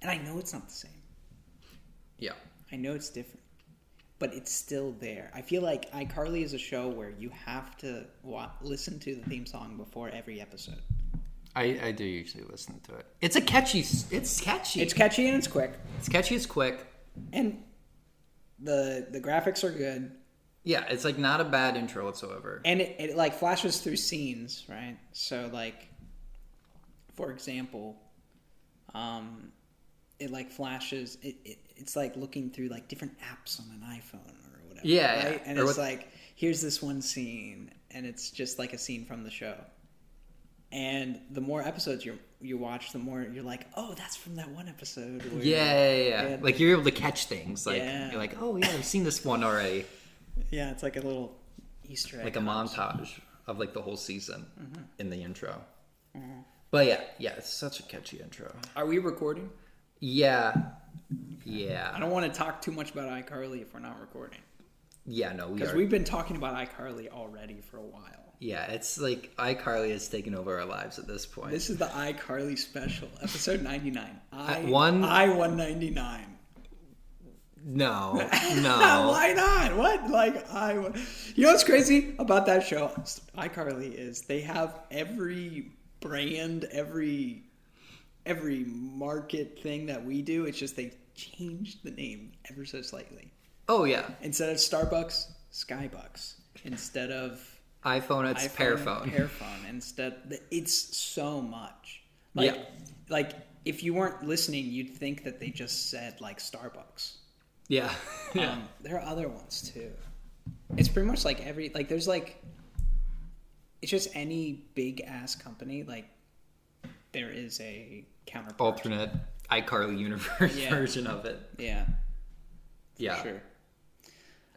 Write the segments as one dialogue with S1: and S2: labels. S1: And I know it's not the same.
S2: Yeah.
S1: I know it's different, but it's still there. I feel like iCarly is a show where you have to wa- listen to the theme song before every episode.
S2: I, I do usually listen to it. It's a catchy. s- It's catchy.
S1: It's catchy and it's quick,
S2: It's catchy. It's quick.
S1: and the the graphics are good,
S2: Yeah, it's like not a bad intro whatsoever.
S1: and it, it like flashes through scenes, right? So like, for example, um, it like flashes. It, it it's like looking through like different apps on an iPhone or whatever.
S2: Yeah, yeah.
S1: right? and
S2: Or
S1: it's
S2: with-
S1: like here's this one scene, and it's just like a scene from the show. And the more episodes you you watch, the more you're like, oh, that's from that one episode. Where,
S2: Yeah, yeah, yeah,
S1: Yeah.
S2: Like you're able to catch things. Like
S1: Yeah.
S2: you're like, oh yeah, I've seen this one already.
S1: yeah, it's like a little Easter egg.
S2: Like a montage of like the whole season
S1: Mm-hmm.
S2: in the intro. But yeah, yeah, it's such a catchy intro.
S1: Are we recording?
S2: Yeah,
S1: I
S2: yeah,
S1: don't want to talk too much about iCarly if we're not recording.
S2: yeah. No, we
S1: Because
S2: are.
S1: we've been talking about iCarly already for a while.
S2: Yeah, it's like iCarly has taken over our lives at this point.
S1: This is the iCarly special, episode 99. I,
S2: Uh, one-
S1: I 199.
S2: no,
S1: Ah,
S2: no.
S1: Why not? What? Like, I. one- You know what's crazy about that show? iCarly is they have every brand, every every market thing that we do. It's just they changed the name ever so slightly.
S2: oh yeah,
S1: Instead of Starbucks, Skybucks. Instead of
S2: iPhone. It's Pearphone.
S1: Pearphone instead. It's so much. Like,
S2: Yeah.
S1: like if you weren't listening, you'd think that they just said like Starbucks.
S2: yeah, yeah.
S1: Um, there are other ones too. It's pretty much like every like there's like it's just any big ass company like there is a counterpart.
S2: alternate iCarly universe
S1: Yeah.
S2: version of it.
S1: Yeah,
S2: Yeah,
S1: sure.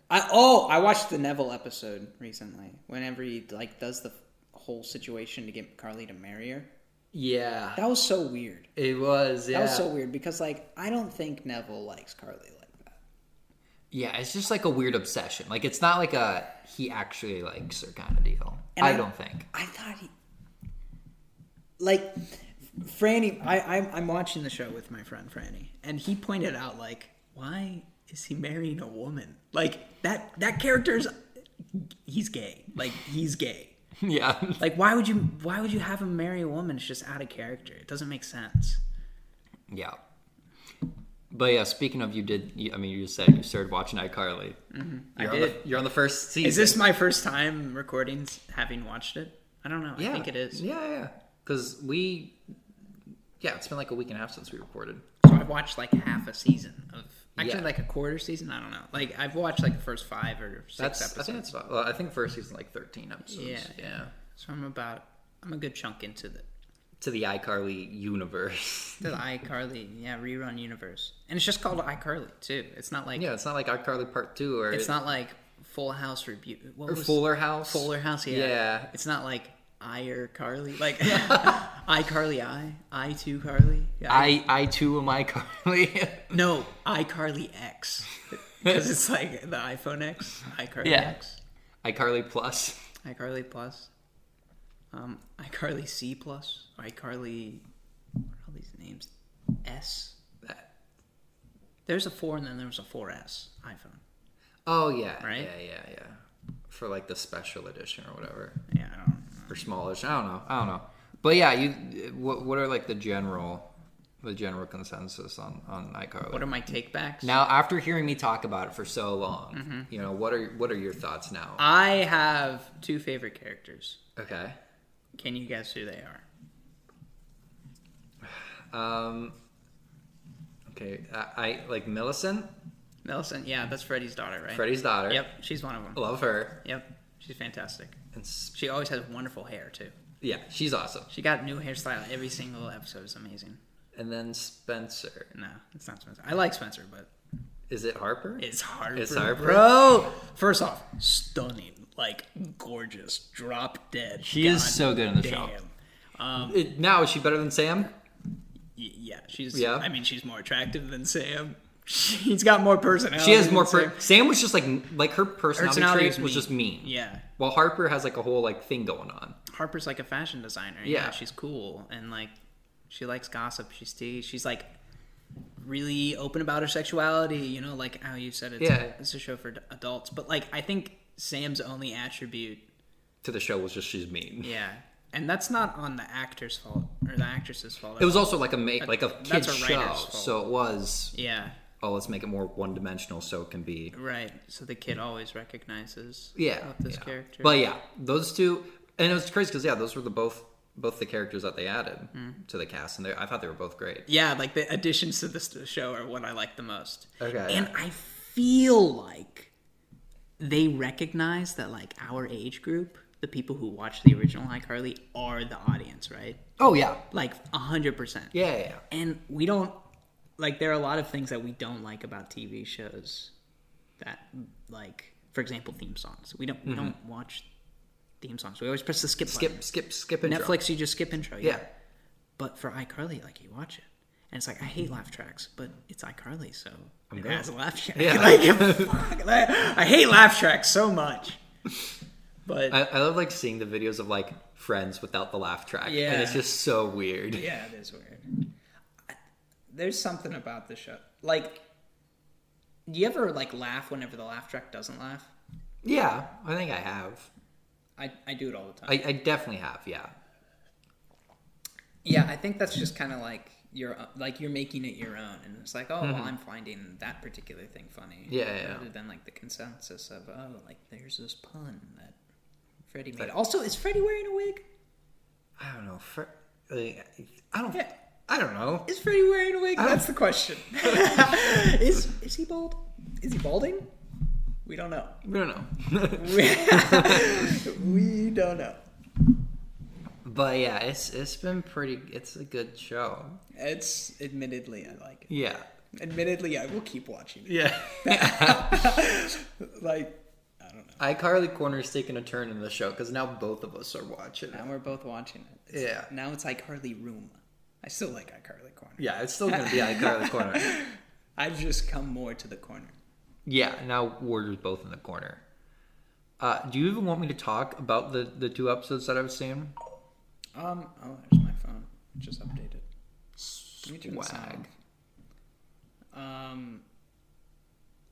S1: I oh I watched the Neville episode recently. Whenever he like does the whole situation to get Carly to marry her.
S2: yeah.
S1: That was so weird.
S2: It was. Yeah.
S1: That was so weird because like I don't think Neville likes Carly like that.
S2: Yeah, it's just like a weird obsession. Like it's not like a he actually likes her kind of deal. I,
S1: I-
S2: don't think.
S1: I thought he like Franny. I I'm, I'm watching the show with my friend Franny, and he pointed out like why is he marrying a woman? Like that that character's he's gay. Like he's gay.
S2: yeah.
S1: Like why would you why would you have him marry a woman? It's just out of character. It doesn't make sense.
S2: Yeah. But yeah, speaking of you did you, I mean you just said you started watching iCarly. Mm-hmm. You're on
S1: did.
S2: The, you're on the first season.
S1: Is this my first time recording having watched it? I don't know.
S2: yeah.
S1: I think it is.
S2: Yeah, yeah. Cuz we yeah, it's been like a week and a half since we recorded.
S1: So I've watched like half a season of actually
S2: Yeah.
S1: like a quarter season. I don't know. Like I've watched like the first five or six
S2: That's I
S1: episodes.
S2: think that's about, well, I think first season like 13 episodes.
S1: Yeah.
S2: yeah.
S1: So I'm about I'm a good chunk into the
S2: To the iCarly universe.
S1: the iCarly yeah rerun universe, and it's just called iCarly too. It's not like
S2: yeah, it's not like iCarly part 2 or
S1: it's not like Full House review. What
S2: or
S1: was
S2: Fuller House.
S1: Fuller House? Yeah.
S2: Yeah.
S1: It's not like I or Carly like iCarly I I two Carly. Yeah,
S2: I I too am iCarly.
S1: no iCarly X because it's like the iPhone X iCarly
S2: Yeah.
S1: X.
S2: iCarly Plus.
S1: iCarly Plus, um, iCarly C Plus, iCarly. What are all these names? S. There's a four, and then there was a 4S iPhone.
S2: Oh yeah,
S1: Right?
S2: Yeah, yeah, yeah. For like the special edition or whatever,
S1: Yeah, I don't. know.
S2: or smallish. I don't know. I don't know. But yeah, you. What, what are like the general, the general consensus on on iCarly?
S1: What are my takebacks?
S2: now, after hearing me talk about it for so long,
S1: Mm-hmm.
S2: you know what are what are your thoughts now?
S1: I have two favorite characters.
S2: okay.
S1: Can you guess who they are?
S2: Um. Okay. I, I like Millicent,
S1: Millicent. Yeah, that's Freddie's daughter, right?
S2: Freddie's daughter.
S1: Yep, she's one of them.
S2: Love her.
S1: Yep, she's fantastic.
S2: And s-
S1: She always has wonderful hair too.
S2: yeah, she's awesome.
S1: She got a new hairstyle every single episode. It's amazing.
S2: And then Spencer.
S1: No, it's not Spencer. I like Spencer, but
S2: Is it Harper?
S1: It's Harper.
S2: It's Harper.
S1: Bro! First off, stunning. Like, gorgeous. Drop dead.
S2: She is so good in the show.
S1: show. Um, y-
S2: It- now is she better than Sam?
S1: yeah, she's.
S2: Yeah.
S1: I mean, she's more attractive than Sam. She's got more personality.
S2: She has
S1: than
S2: more. Per-
S1: Sam.
S2: Sam was just like like her personality,
S1: Personality
S2: trait
S1: is
S2: was
S1: mean.
S2: just mean.
S1: Yeah.
S2: While Harper has like a whole like thing going on.
S1: Harper's like a fashion designer.
S2: Yeah.
S1: Yeah. she's cool and like she likes gossip. She's tea. She's like really open about her sexuality. You know, like how you said it's,
S2: Yeah.
S1: it's a show for d- adults. But like, I think Sam's only attribute,
S2: to the show was just she's mean.
S1: yeah, and that's not on the actor's fault or the actress's fault.
S2: It was also like a make like a
S1: that's
S2: kids
S1: a
S2: show,
S1: writer's fault.
S2: so it was
S1: yeah,
S2: oh let's make it more one dimensional so it can be
S1: right. So the kid always recognizes,
S2: yeah
S1: of this
S2: yeah.
S1: character.
S2: But yeah, those two, and it was crazy because yeah, those were the both both the characters that they added
S1: Mm.
S2: to the cast, and they, I thought they were both great.
S1: yeah, like the additions to this show are what I like the most.
S2: Okay.
S1: And I feel like they recognize that like our age group, the people who watch the original iCarly are the audience, right?
S2: Oh yeah,
S1: Like a hundred percent.
S2: yeah, yeah. yeah.
S1: And we don't like there are a lot of things that we don't like about TV shows that like for example theme songs. We don't we don't watch theme songs. We always press the skip
S2: Mm-hmm. Skip, skip, skip. Intro.
S1: button. Netflix you just skip intro.
S2: Yeah,
S1: But for iCarly, like you watch it, and it's like I hate laugh tracks, but it's iCarly, so it
S2: going.
S1: has a laugh track.
S2: Yeah.
S1: like fuck, like, I hate laugh tracks so much. But
S2: I, I love like seeing the videos of like friends without the laugh track, and it's
S1: Yeah.
S2: just so weird.
S1: yeah, it is weird. I- There's something about the show. Like, do you ever like laugh whenever the laugh track doesn't laugh?
S2: Yeah, I think I have.
S1: I, I do it all the time.
S2: I, I definitely have. Yeah,
S1: yeah, I think that's just kind of like you're like you're making it your own, and it's like, oh, well, I'm finding that particular thing funny.
S2: Mm-hmm. Yeah, yeah, yeah.
S1: Rather than like the consensus of oh, like there's this pun that Freddie made. also, is Freddie wearing a wig?
S2: I don't know. For, like, I don't.
S1: Yeah.
S2: I don't know.
S1: Is Freddie wearing a wig?
S2: don't-
S1: That's the question. is is he bald? Is he balding? We don't know.
S2: We don't know.
S1: We, we don't know.
S2: but yeah, it's it's been pretty. It's a good show.
S1: It's admittedly I like
S2: Yeah.
S1: it. Admittedly, I will keep watching it.
S2: Yeah.
S1: Like I don't know.
S2: iCarly Corner's taking a turn in the show because now both of us are watching it.
S1: Now we're both watching it. It's-
S2: Yeah.
S1: Now it's iCarly Room. I still like iCarly Corner.
S2: Yeah, it's still gonna be iCarly Corner.
S1: I've just come more to the corner.
S2: Yeah, now we're just both in the corner. Uh, do you even want me to talk about the, the two episodes that I've seen?
S1: Um. Oh, there's my phone. It Just updated. Let me turn this
S2: Swag.
S1: off. Um.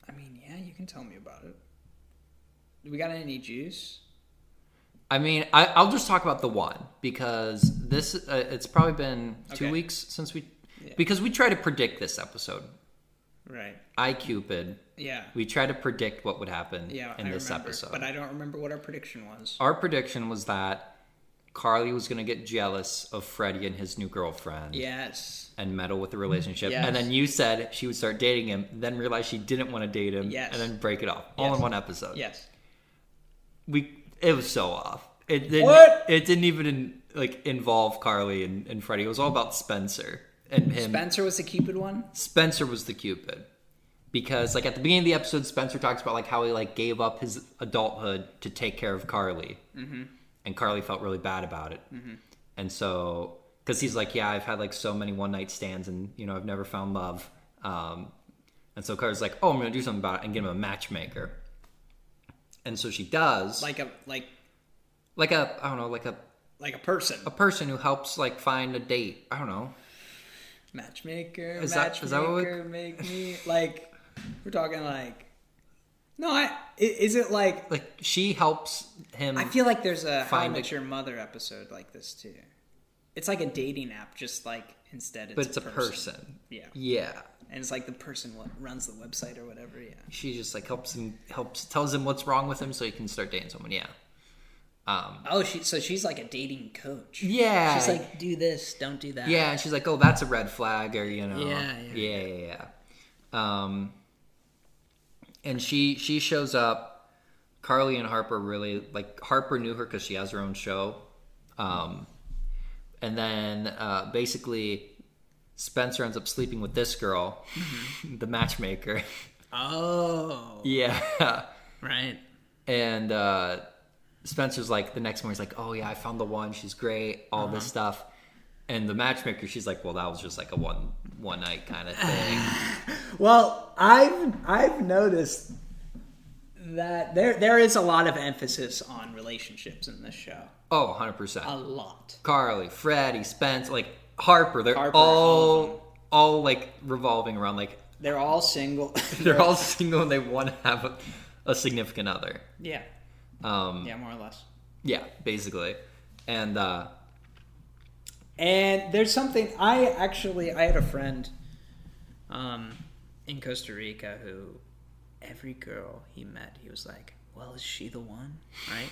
S1: I mean, yeah, you can tell me about it. Do we got any juice?
S2: I mean, I, I'll just talk about the one because this uh, it's probably been two
S1: Okay.
S2: weeks since we
S1: Yeah.
S2: because we try to predict this episode.
S1: Right.
S2: I Cupid,
S1: Yeah.
S2: we try to predict what would happen
S1: Yeah.
S2: in
S1: I
S2: this
S1: remember,
S2: episode.
S1: but I don't remember what our prediction was.
S2: Our prediction was that Carly was going to get jealous of Freddie and his new girlfriend
S1: Yes.
S2: and meddle with the relationship.
S1: Yes.
S2: And then you said she would start dating him, then realize she didn't want to date him,
S1: Yes.
S2: and then break it off all
S1: Yes.
S2: in one episode.
S1: Yes.
S2: We it was so off. It didn't,
S1: What?
S2: It didn't even in, like involve Carly and, and Freddie. It was all about Spencer and him.
S1: Spencer was the Cupid one.
S2: Spencer was the Cupid. Because like at the beginning of the episode, Spencer talks about like how he like gave up his adulthood to take care of Carly, mm-hmm. and Carly felt really bad about it. Mm-hmm. And so, because he's like, yeah, I've had like so many one night stands, and you know, I've never found love. Um, and so Carly's like, oh, I'm gonna do something about it and get him a matchmaker. And so she does, like,
S1: Like a like
S2: like a I don't know, like a,
S1: like a person.
S2: a person who helps like find a date. I don't know.
S1: Matchmaker,
S2: Is that-
S1: matchmaker,
S2: is that what we-
S1: make me like. We're talking like. No, I i- is it like
S2: Like she helps him.
S1: I feel like there's a How I
S2: Find
S1: Met Your Mother episode like this too. It's like a dating app, just like instead it's
S2: but it's a person.
S1: Yeah,
S2: Yeah.
S1: and it's like the person what runs the website or whatever. Yeah,
S2: she just like helps him helps tells him what's wrong with him so he can start dating someone yeah um
S1: oh, she so she's like a dating coach.
S2: yeah
S1: she's like do this, don't do that.
S2: yeah and she's like oh that's a red flag or you know
S1: Yeah, yeah.
S2: yeah yeah, yeah. um and she she shows up carly and harper really like harper knew her because she has her own show um and then uh basically spencer ends up sleeping with this girl the matchmaker
S1: Oh,
S2: yeah
S1: right.
S2: and uh, Spencer's like the next morning, he's like, "Oh yeah, I found the one. She's great. All this stuff." And the matchmaker, she's like, "Well, that was just like a one one night kind of thing."
S1: Well, I've I've noticed that there there is a lot of emphasis on relationships in this show.
S2: oh, 100 percent.
S1: A lot.
S2: Carly, Freddie, Spence, like Harper, they're
S1: Harper,
S2: all
S1: all of
S2: all, all like revolving around like
S1: They're all single.
S2: they're all single and they want to have a, a significant other.
S1: yeah.
S2: Um,
S1: Yeah, more or less.
S2: yeah, basically. And uh,
S1: And there's something I actually I had a friend um in Costa Rica who every girl he met he was like, "Well, is she the one?" right?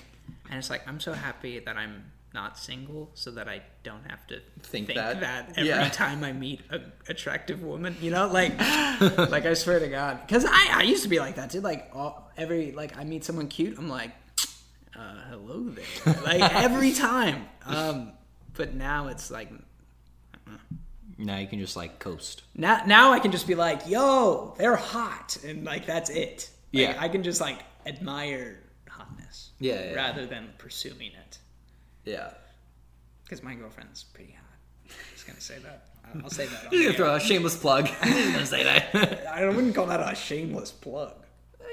S1: And it's like, "I'm so happy that I'm not single so that I don't have to
S2: Think that.
S1: every
S2: Yeah.
S1: time I meet a attractive woman, you know, like like I swear to god cuz I I used to be like that too like all, every like I meet someone cute, I'm like, uh, hello there. Like every time. Um, but now it's like
S2: now you can just like coast.
S1: now now I can just be like, yo, they're hot, and like that's it. Like,
S2: Yeah.
S1: I can just like admire hotness.
S2: Yeah, yeah, yeah.
S1: Rather than pursuing it,
S2: Yeah.
S1: because my girlfriend's pretty hot. I'm just gonna say that. I'll say that. on
S2: You're gonna
S1: the air.
S2: throw a shameless plug. You're gonna say that.
S1: I wouldn't call that a shameless plug.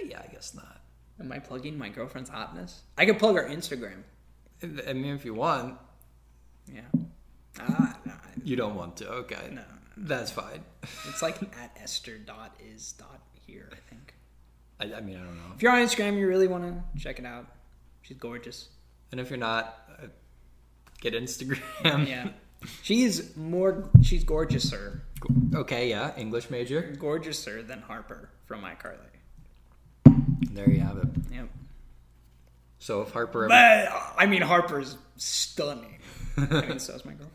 S2: yeah, I guess not.
S1: Am I plugging my girlfriend's hotness? I could plug her Instagram.
S2: I mean, if you want,
S1: Yeah. Ah, no, I-
S2: you don't want to. Okay.
S1: No.
S2: That's fine.
S1: it's like at Esther dot is dot here. I think.
S2: I, I mean, I don't know.
S1: If you're on Instagram, you really want to check it out. She's gorgeous.
S2: And if you're not, uh, get Instagram.
S1: Yeah. She's more, she's gorgeouser.
S2: Okay, yeah, English major.
S1: Gorgeouser than Harper from iCarly.
S2: There you have it.
S1: Yep.
S2: So if Harper ever
S1: But, I mean, Harper's stunning. I mean, so is my girlfriend.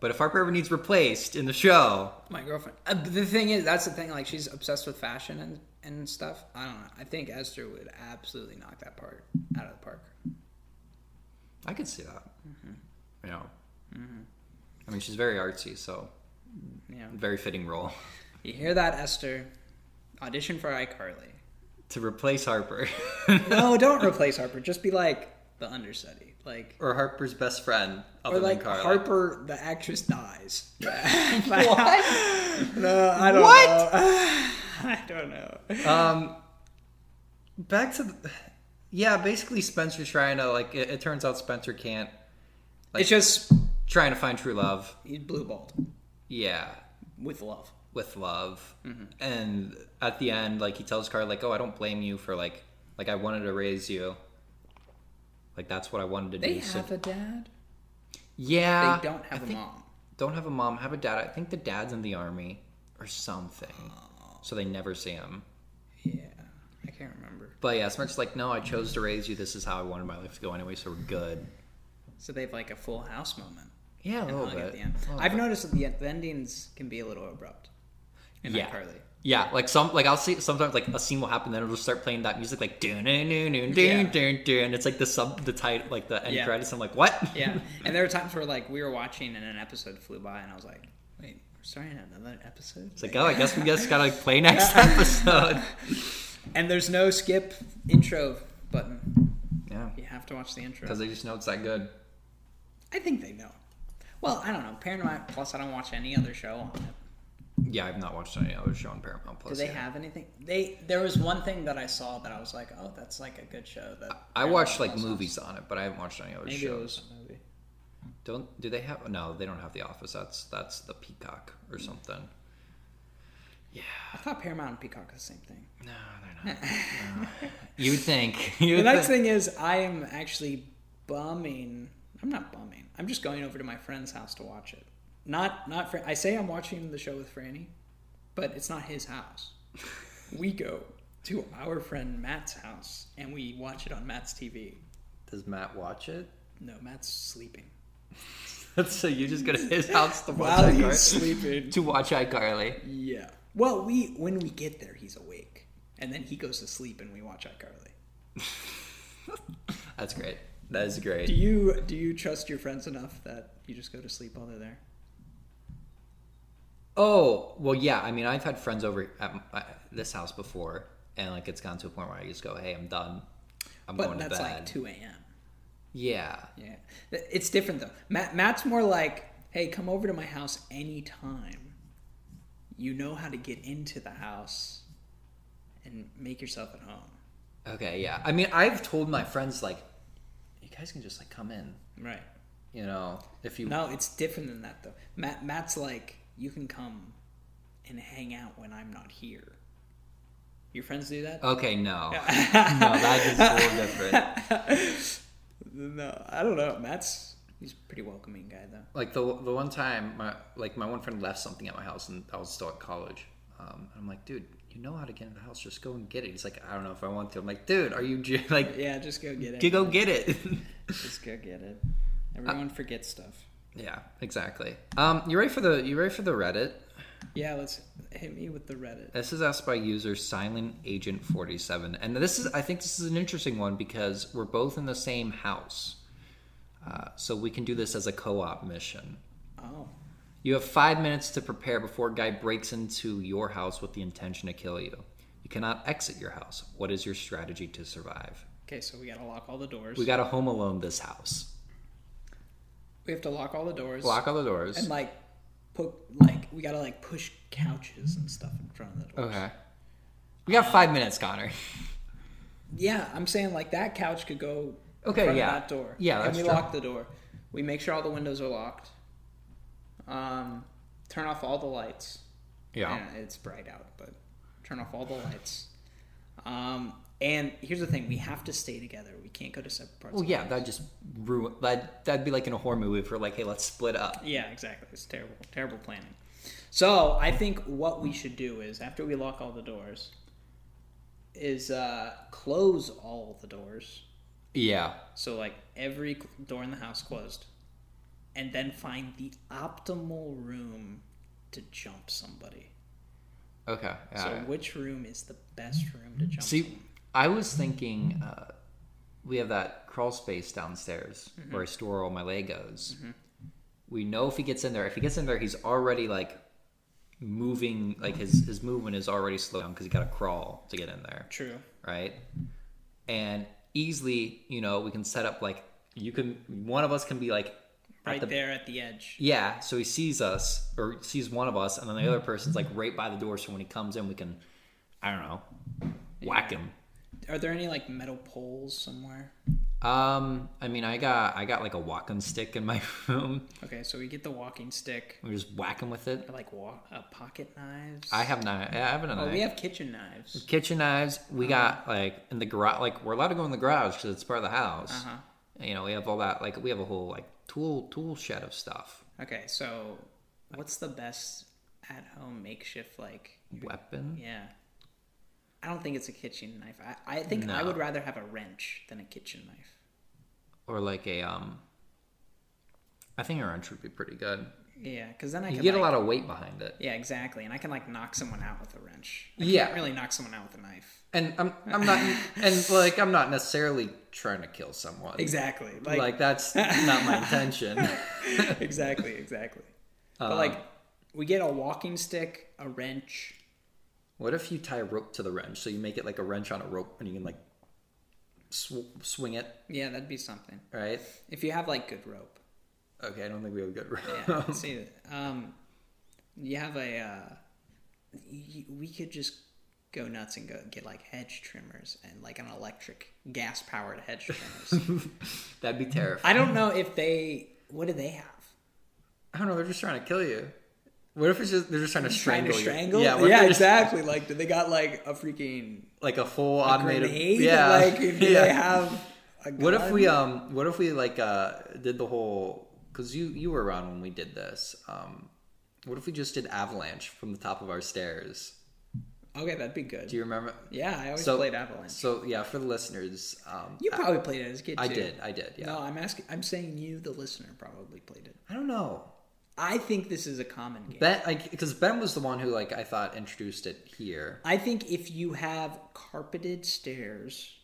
S2: But if Harper ever needs replaced in the show,
S1: My girlfriend. Uh, but the thing is, that's the thing, like, she's obsessed with fashion and, and stuff. I don't know. I think Esther would absolutely knock that part out of the park.
S2: I could see that.
S1: Mm-hmm.
S2: You know, I mean, she's very artsy, so
S1: Yeah.
S2: very fitting role
S1: You hear that, Esther? Audition for iCarly.
S2: to replace Harper
S1: No, don't replace Harper. Just be like the understudy. Like,
S2: or Harper's best friend, other
S1: or like
S2: than Carla.
S1: Harper, the actress dies.
S2: What?
S1: No, I don't
S2: What?
S1: know. I don't know.
S2: um, back to the, yeah, basically Spencer's trying to like. It, it turns out Spencer can't
S1: it's just
S2: trying to find true love.
S1: he's blue balled
S2: Yeah,
S1: with love.
S2: with love.
S1: Mm-hmm.
S2: And at the end, like he tells Carl, like, "Oh, I don't blame you for like, like I wanted to raise you. Like that's what I wanted to
S1: They
S2: do." so-
S1: have a dad. They
S2: yeah,
S1: don't have a mom.
S2: don't have a mom, have a dad. I think the dad's in the army or something, so they never see him.
S1: Yeah, I can't remember.
S2: But yeah, Smirk's like, "No, I chose to raise you. This is how I wanted my life to go anyway, so we're good."
S1: So they have like a Full House moment.
S2: Yeah, a
S1: and
S2: little
S1: hug
S2: bit.
S1: At the end.
S2: A little
S1: I've
S2: bit.
S1: noticed that the, en- the endings can be a little abrupt. In
S2: Yeah.
S1: iCarly.
S2: Yeah, like some, like I'll see sometimes like a scene will happen, then it'll just start playing that music like dun dun dun dun dun dun dun. It's like the sub, the title, like the end
S1: Yeah.
S2: credits. I'm like, what?
S1: Yeah, and there were times where like we were watching and an episode flew by and I was like, wait, we're starting another episode.
S2: It's like, oh, I guess we just gotta like, play next episode.
S1: and there's no skip intro button.
S2: Yeah,
S1: You have to watch the intro.
S2: because they just know it's that good.
S1: I think they know. Well, I don't know. Paramount Plus, I don't watch any other show on it.
S2: Yeah, I've not watched any other show on Paramount Plus.
S1: Do they
S2: yet.
S1: have anything? They there was one thing that I saw that I was like, oh, that's like a good show. That
S2: I watched like
S1: Paramount Plus
S2: movies on it, but I haven't watched any other
S1: has. Maybe it
S2: shows.
S1: was a movie.
S2: Don't do they have? No, they don't have The Office. That's that's the Peacock or something. Yeah,
S1: I thought Paramount and Peacock are the same thing.
S2: no, they're not. No. You would think?
S1: The
S2: You would
S1: next
S2: think-
S1: thing is I am actually bumming. I'm not bumming. I'm just going over to my friend's house to watch it. Not not. Fran- I say I'm watching the show with Franny, but it's not his house. we go to our friend Matt's house and we watch it on Matt's TV.
S2: Does Matt watch it?
S1: No, Matt's sleeping.
S2: so you just go to his house to watch
S1: While
S2: iCarly-
S1: he's sleeping.
S2: to watch iCarly.
S1: Yeah. Well, we when we get there, he's awake, and then he goes to sleep, and we watch iCarly.
S2: That's great. That is
S1: Do
S2: great.
S1: you do you trust your friends enough that you just go to sleep while they're there?
S2: Oh well, yeah. I mean, I've had friends over at my, this house before, and like it's gone to a point where I just go, "Hey, I'm done. I'm
S1: But
S2: going
S1: that's
S2: to bed."
S1: like two a.m.
S2: yeah.
S1: Yeah, Th- it's different though. Matt Matt's more like, hey, come over to my house anytime. You know how to get into the house, and make yourself at home.
S2: Okay. Yeah. I mean, I've told my friends like, "You guys can just like come in."
S1: Right.
S2: you know, if you
S1: No, it's different than that though. Matt Matt's like, you can come and hang out when I'm not here. Your friends do that?
S2: Okay, no. no, that is a little different.
S1: No, I don't know. Matt's he's a pretty welcoming guy though.
S2: Like the the one time, my like my one friend left something at my house, and I was still at college. Um, and I'm like, dude, you know how to get in the house? Just go and get it. He's like, I don't know if I want to. I'm like, dude, are you j- like,
S1: Yeah, just go get it.
S2: go get it?
S1: Just go get it. Everyone forgets stuff.
S2: yeah, exactly. Um, you ready for the you ready for the Reddit?
S1: Yeah, let's hit me with the Reddit.
S2: This is asked by user Silent Agent 47. And this is, I think this is an interesting one because we're both in the same house. Uh, so we can do this as a co op mission.
S1: Oh,
S2: You have five minutes to prepare before a guy breaks into your house with the intention to kill you. You cannot exit your house. What is your strategy to survive?
S1: okay. So we gotta lock all the doors.
S2: We got to home alone this house.
S1: We have to lock all the doors.
S2: Lock all the doors.
S1: and like put like we gotta like push couches and stuff in front of the door.
S2: Okay. We got five minutes, Connor.
S1: Yeah, I'm saying like that couch could go
S2: Okay,
S1: in front
S2: yeah.
S1: of that door.
S2: Yeah,
S1: and
S2: that's
S1: we
S2: true.
S1: lock the door. We make sure all the windows are locked. Um, turn off all the lights. And it's bright out, but turn off all the lights. Um, and here's the thing: we have to stay together. We can't go to separate parts.
S2: Well,
S1: of
S2: yeah, that'd just ruin. That that'd be like in a horror movie for like, hey, let's split up.
S1: Yeah, exactly. It's terrible, terrible planning. So I think what we should do is after we lock all the doors, is uh, close all the doors.
S2: Yeah.
S1: So like every cl- door in the house closed, and then find the optimal room to jump somebody.
S2: Okay. Ah, Yeah.
S1: so which room is the best room to jump?
S2: See,
S1: someone?
S2: I was thinking uh, we have that crawl space downstairs
S1: Mm-hmm.
S2: where I store all my Legos. We know if he gets in there. If he gets in there, he's already like moving. Like his his movement is already slow down because he got to crawl to get in there,
S1: True.
S2: right? And easily, you know, we can set up like you can. One of us can be like
S1: Right
S2: at the
S1: there at the edge.
S2: Yeah, so he sees us or sees one of us, and then the
S1: Mm-hmm.
S2: other person's like right by the door. So when he comes in, we can, I don't know, whack him.
S1: Are there any like metal poles somewhere?
S2: Um, I mean, I got I got like a walking stick in my room.
S1: Okay, so we get the walking stick.
S2: We just whack him with it.
S1: I Like walk, uh, pocket knives.
S2: I have not. I haven't.
S1: Oh, we
S2: knife.
S1: have Uh-huh. kitchen knives.
S2: Kitchen knives. We got like in the garage. Like we're allowed to go in the garage because it's part of the house.
S1: Uh-huh.
S2: You know, we have all that. Like we have a whole like tool tool shed of stuff,
S1: Okay, so what's the best at-home makeshift like?
S2: weapon.
S1: Yeah, I don't think it's a kitchen knife. I, I think I
S2: No.
S1: would rather have a wrench than a kitchen knife.
S2: or like a um. I think a wrench would be pretty good.
S1: Yeah, because then I
S2: You
S1: can
S2: get
S1: like,
S2: a lot of weight behind it.
S1: Yeah, exactly, and I can like knock someone out with a wrench. I
S2: Yeah.
S1: can't really knock someone out with a knife.
S2: and I'm I'm not and like I'm not necessarily trying to kill someone.
S1: Exactly,
S2: Like, that's not my intention.
S1: exactly, exactly.
S2: Uh,
S1: but like, we get a walking stick, a wrench.
S2: What if you tie a rope to the wrench so you make it like a wrench on a rope and you can like sw- swing it,
S1: Yeah, that'd be something.
S2: right?
S1: If you have like good rope.
S2: Okay, I don't think we have a good rope.
S1: Yeah. let's see, um, you have a. Uh, y- we could just go nuts and go get like hedge trimmers and like an electric gas powered hedge trimmers.
S2: That'd be terrifying.
S1: I don't know if they. What do they have?
S2: I don't know. They're just trying to kill you. What if it's just they're just trying to
S1: Trying
S2: strangle
S1: to
S2: you?
S1: strangle?
S2: Yeah, what if they're just-
S1: exactly. Like, do they got like a freaking
S2: Like a full automated.
S1: grenade?
S2: yeah,
S1: Like, do
S2: yeah.
S1: they have? A
S2: What if
S1: gun?
S2: we um? What if we like uh did the whole? Because you you were around when we did this. Um, what if we just did avalanche from the top of our stairs?
S1: Okay, that'd be good.
S2: Do you remember?
S1: yeah, I always
S2: So-
S1: played Avalanche.
S2: So yeah, for the listeners, um,
S1: you probably played it as a kid.
S2: I
S1: too.
S2: did, I did. Yeah.
S1: No, I'm asking. I'm saying you, the listener, probably played it.
S2: I don't know.
S1: I think this is a common game.
S2: Ben, like, because Ben was the one who like I thought introduced it here.
S1: I think if you have carpeted stairs,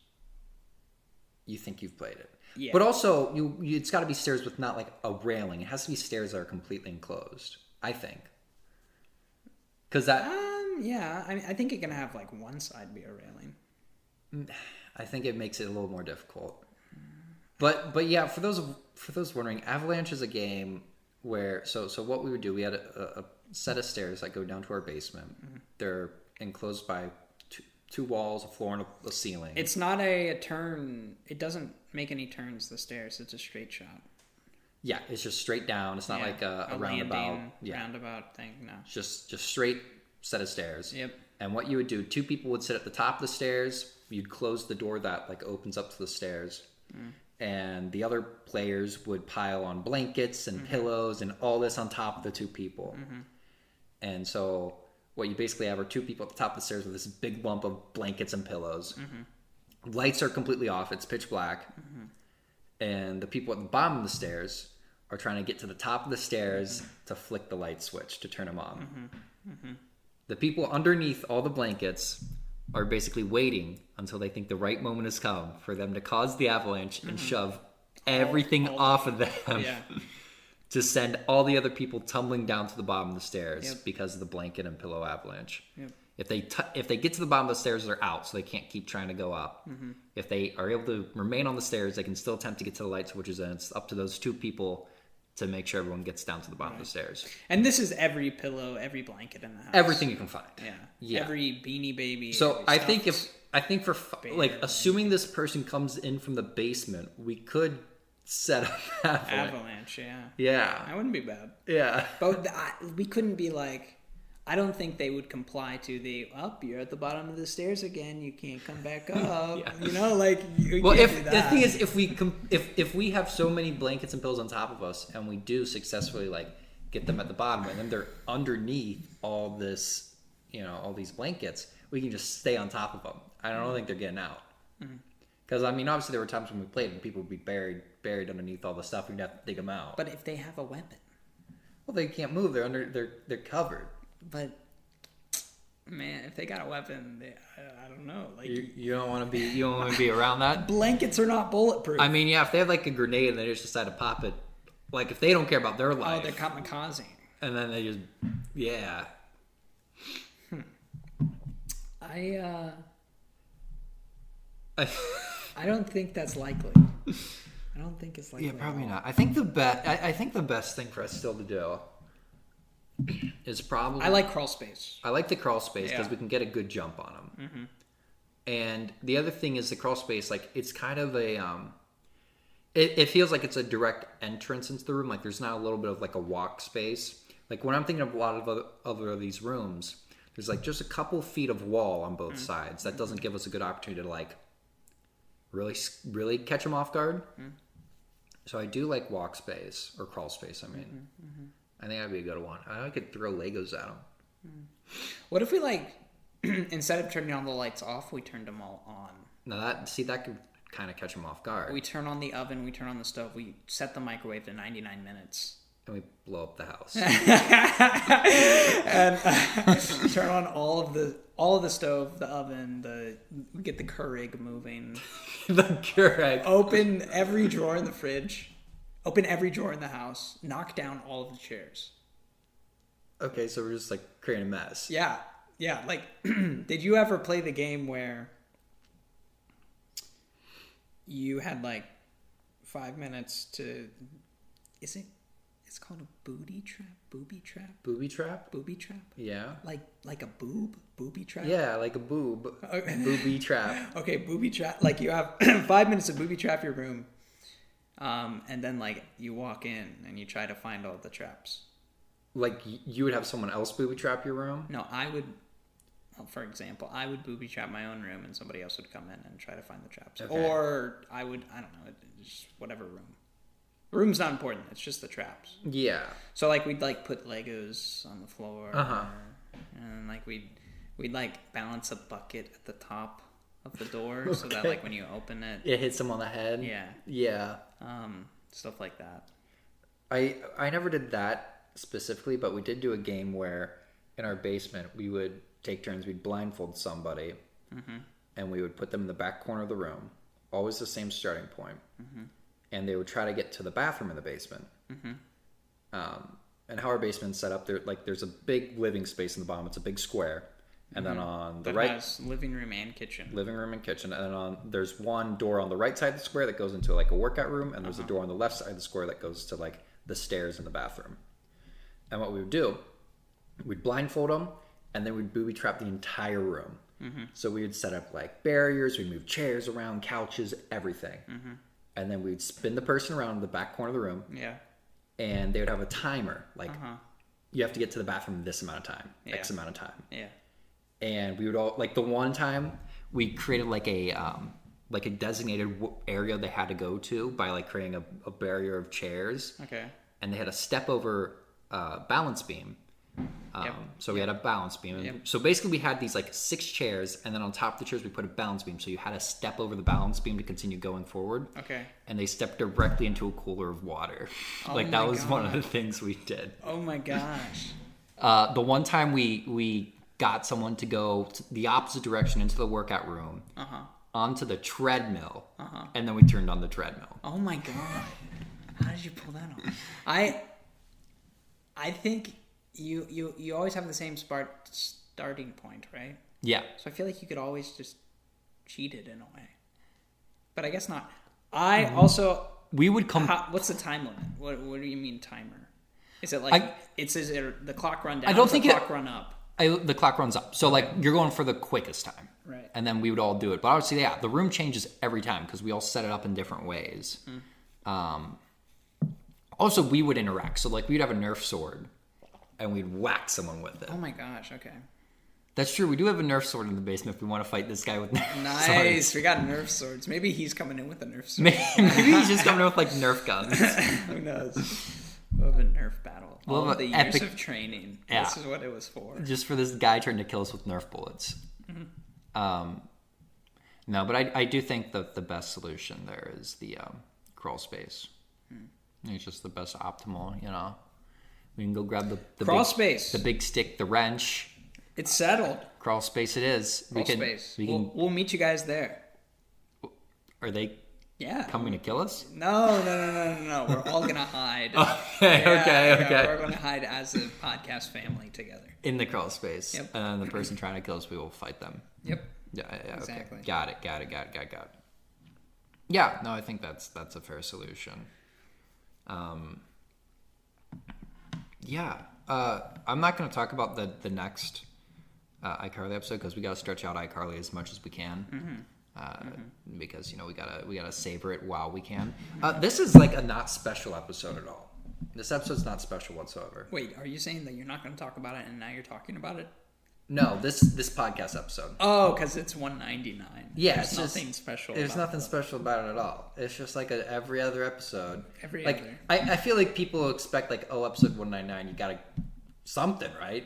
S2: You think you've played it,
S1: Yeah.
S2: but also you, you it's got to be stairs with not like a railing. It has to be stairs that are completely enclosed. I think. Because that
S1: um, yeah, I, mean, I think it can have like one side be a railing.
S2: I think it makes it a little more difficult. But but yeah, for those for those wondering, Avalanche is a game where so so what we would do, we had a, a, a set of stairs that go down to our basement.
S1: Mm-hmm.
S2: They're enclosed by two, two walls, a floor, and a, a ceiling.
S1: It's not a, a turn. It doesn't make any turns. The stairs. It's a straight shot.
S2: Yeah, it's just straight down. It's not
S1: Yeah,
S2: like a, a,
S1: landing
S2: roundabout. Yeah,
S1: roundabout thing. No.
S2: It's just just straight set of stairs.
S1: Yep.
S2: And what you would do, two people would sit at the top of the stairs. You'd close the door that like opens up to the stairs,
S1: Mm.
S2: and the other players would pile on blankets
S1: Mm-hmm.
S2: and pillows and all this on top of the two people.
S1: Mm.
S2: And so what you basically have are two people at the top of the stairs with this big lump of blankets and pillows.
S1: Mm-hmm.
S2: Lights are completely off. It's pitch black. And the people at the bottom of the stairs are trying to get to the top of the stairs
S1: Mm-hmm.
S2: to flick the light switch to turn them on. The people underneath all the blankets are basically waiting until they think the right moment has come for them to cause the avalanche and shove everything
S1: Mm-hmm. all-
S2: off of them
S1: Yeah.
S2: to send all the other people tumbling down to the bottom of the stairs
S1: Yep.
S2: because of the blanket and pillow avalanche.
S1: Yep.
S2: If they t- if they get to the bottom of the stairs, they're out, so they can't keep trying to go up.
S1: Mm-hmm.
S2: If they are able to remain on the stairs, they can still attempt to get to the light switches, and it's up to those two people to make sure everyone gets down to the bottom of the stairs.
S1: And this is every pillow, every blanket in the house.
S2: Everything you can find.
S1: Yeah.
S2: Yeah.
S1: Every beanie baby.
S2: So
S1: every
S2: I think
S1: stuffed-
S2: if I think for f- like assuming this person comes in from the basement, we could set up avalanche.
S1: avalanche, yeah.
S2: Yeah,
S1: That wouldn't be bad.
S2: yeah.
S1: But th- I, we couldn't be like, I don't think they would comply to the up. you're at the bottom of the stairs again. You can't come back up.
S2: Yeah.
S1: You know, like you
S2: Well,
S1: can't
S2: if
S1: do
S2: the
S1: that.
S2: thing is, if we com- if if we have so many blankets and pillows on top of us, and we do successfully like get them at the bottom, and then they're underneath all this, you know, all these blankets, we can just stay on top of them. I don't think they're getting out. Because I mean, obviously there were times when we played and people would be buried buried underneath all the stuff. We'd have to dig them out.
S1: but if they have a weapon,
S2: Well, they can't move. They're under. They're they're covered.
S1: but man, if they got a weapon, they, I, I don't know. Like
S2: You, you don't want to be. You don't want to be around that.
S1: blankets are not bulletproof.
S2: I mean, yeah. If they have like a grenade and they just decide to pop it, like if they don't care about their
S1: oh,
S2: life,
S1: they're kamikaze.
S2: and then they just, yeah,
S1: I uh,
S2: I,
S1: I don't think that's likely. I don't think it's likely.
S2: yeah, probably not. I think the best. I, I think the best thing for us still to do is probably.
S1: I like crawl space.
S2: I like the crawl space because
S1: Yeah.
S2: we can get a good jump on them. And the other thing is the crawl space, like it's kind of a, um, it, it feels like it's a direct entrance into the room. Like there's not a little bit of like a walk space. Like when I'm thinking of a lot of other, other of these rooms, there's like just a couple feet of wall on both sides. That doesn't give us a good opportunity to like really s- really catch them off guard. So I do like walk space or crawl space. I mean, I think that'd be a good one. I could throw Legos at them.
S1: What if we like instead of turning all the lights off, we turned them all on?
S2: Now that see that could kind of catch them off guard,
S1: We turn on the oven, we turn on the stove, we set the microwave to 99 minutes.
S2: and we blow up the house.
S1: turn on all of the all of the stove, the oven, the we get the Keurig moving.
S2: the Keurig.
S1: Oh. Open every drawer in the fridge. Open every drawer in the house. Knock down all of the chairs.
S2: Okay, so we're just like creating a mess.
S1: Yeah. Yeah, like did you ever play the game where you had like 5 minutes to is it it's called a booty trap, booby trap,
S2: Booby trap.
S1: booby trap?
S2: Yeah.
S1: like like a boob booby trap
S2: Yeah, like a boob. Booby trap.
S1: okay booby trap like you have five minutes to booby trap your room um and then like you walk in and you try to find all the traps
S2: Like y- you would have someone else booby trap your room.
S1: no i would well, for example i would booby trap my own room and somebody else would come in and try to find the traps
S2: Okay.
S1: or i would i don't know it- it's just whatever room the room's not important it's just the traps
S2: Yeah.
S1: So like we'd like put Legos on the floor,
S2: Uh-huh.
S1: and like we'd we'd like balance a bucket at the top of the door so that
S2: Okay.
S1: like when you open it,
S2: It hits them on the head.
S1: yeah,
S2: Yeah.
S1: um, stuff like that.
S2: I I never did that specifically, but we did do a game where in our basement we would take turns. We'd blindfold somebody,
S1: Mm-hmm.
S2: and we would put them in the back corner of the room, always the same starting point,
S1: Mm-hmm.
S2: and they would try to get to the bathroom in the basement. Um, and how our basement's set up, there like there's a big living space in the bottom. It's a big square, and then on the
S1: Mm-hmm. That
S2: right
S1: has living room and kitchen.
S2: living room and kitchen and then on there's one door on the right side of the square that goes into like a workout room and there's a door on the left side of the square that goes to like the stairs in the bathroom and what we would do we'd blindfold them and then we'd booby trap the entire room so we would set up like barriers we'd move chairs around couches everything and then we'd spin the person around in the back corner of the room
S1: Yeah,
S2: and they would have a timer like you have to get to the bathroom this amount of time, X
S1: Yeah.
S2: amount of time.
S1: Yeah.
S2: and we would all like the one time we created like a um like a designated w- area they had to go to by like creating a, a barrier of chairs
S1: Okay.
S2: and they had a step over uh, balance beam um,
S1: Yep.
S2: so we had a balance beam and
S1: Yep.
S2: so basically we had these like six chairs and then on top of the chairs we put a balance beam so you had to step over the balance beam to continue going forward
S1: Okay.
S2: and they stepped directly into a cooler of water like that
S1: Oh my
S2: was one of the things we did
S1: Oh my gosh.
S2: uh, the one time we we got someone to go t the opposite direction into the workout room,
S1: Uh-huh.
S2: onto the treadmill, and then we turned on the treadmill.
S1: Oh my god. How did you pull that off? I I think you you you always have the same start starting point, right?
S2: Yeah,
S1: So I feel like you could always just cheat it in a way. But I guess not. I also
S2: we would come.
S1: how, what's the time limit? What what do you mean timer? Is it like
S2: I-
S1: it's is it the clock run down?
S2: don't
S1: or
S2: think
S1: the
S2: it-
S1: clock run up.
S2: I, the clock runs up, so like you're going for the quickest time,
S1: Right.
S2: And then we would all do it. But obviously, yeah, the room changes every time because we all set it up in different ways. Um,
S1: Mm.
S2: also, we would interact. So like we'd have a Nerf sword, and we'd whack someone with it.
S1: Oh my gosh. Okay.
S2: That's true. We do have a Nerf sword in the basement if we want to fight this guy with Nerf
S1: Nice.
S2: swords.
S1: We got Nerf swords. Maybe he's coming in with a Nerf sword.
S2: Maybe he's just coming up with like Nerf guns.
S1: Who knows? We'll have a Nerf battle. All
S2: We'll
S1: of
S2: have
S1: the
S2: an
S1: years
S2: epic-
S1: of training.
S2: Yeah.
S1: This is what it was for.
S2: Just for this guy trying to kill us with Nerf bullets.
S1: Mm-hmm.
S2: Um, no, but I, I do think that the best solution there is the um, crawl space.
S1: Mm.
S2: It's just the best optimal, you know. We can go grab the, the
S1: Crawl
S2: big,
S1: space.
S2: the big stick, the wrench.
S1: It's settled.
S2: Crawl space it is.
S1: Crawl
S2: we can,
S1: space.
S2: We
S1: We'll,
S2: can,
S1: we'll meet you guys there.
S2: Are they
S1: Yeah.
S2: coming to kill us?
S1: No, no, no, no, no, no. We're all gonna hide.
S2: Okay,
S1: Yeah,
S2: okay,
S1: yeah,
S2: okay.
S1: We're gonna hide as a podcast family together.
S2: In the crawl space.
S1: Yep.
S2: And then the person trying to kill us, we will fight them.
S1: Yep.
S2: Yeah, yeah, yeah,
S1: Exactly.
S2: Okay. Got it, got it, got it, got it, got it. Yeah, no, I think that's that's a fair solution. Um, yeah, uh, I'm not going to talk about the the next uh, iCarly episode because we got to stretch out iCarly as much as we can. Uh, Because you know we gotta we gotta savor it while we can. Uh, this is like a not special episode at all. This episode's not special whatsoever.
S1: Wait, are you saying that you're not gonna talk about it and now you're talking about it?
S2: No, this this podcast episode.
S1: Oh, because it's 199.
S2: Yeah,
S1: There's
S2: it's just-
S1: nothing special.
S2: There's
S1: about
S2: nothing special about it at all. It's just like a, every other episode.
S1: Every
S2: like
S1: other.
S2: I, I feel like people expect like oh episode one nine nine you gotta something right.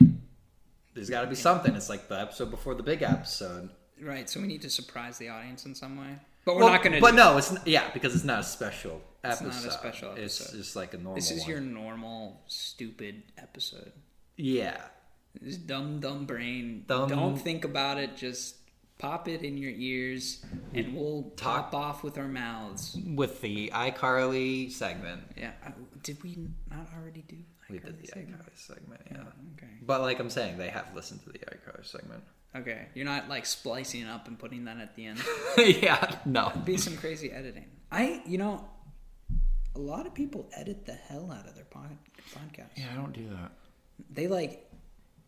S2: There's got to be something. It's like the episode before the big episode.
S1: Right. So we need to surprise the audience in some way. But we're
S2: Well,
S1: not gonna.
S2: But
S1: do
S2: no, it's n- yeah because it's not a special
S1: not
S2: episode.
S1: a special
S2: It's
S1: episode.
S2: just like a normal.
S1: This is
S2: one.
S1: your normal stupid episode.
S2: yeah.
S1: This dumb dumb brain.
S2: Dumb-
S1: Don't think about it. Just pop it in your ears, and we'll
S2: Talk-
S1: top off with our mouths.
S2: With the iCarly segment,
S1: Yeah. I, did we not already do?
S2: we
S1: iCarly
S2: did the
S1: segment?
S2: iCarly segment. Yeah.
S1: Okay.
S2: But like I'm saying, they have listened to the iCarly segment.
S1: Okay. You're not like splicing it up and putting that at the end.
S2: yeah. No.
S1: be some crazy editing. I, you know, a lot of people edit the hell out of their pod- podcast.
S2: Yeah, I don't do that.
S1: They like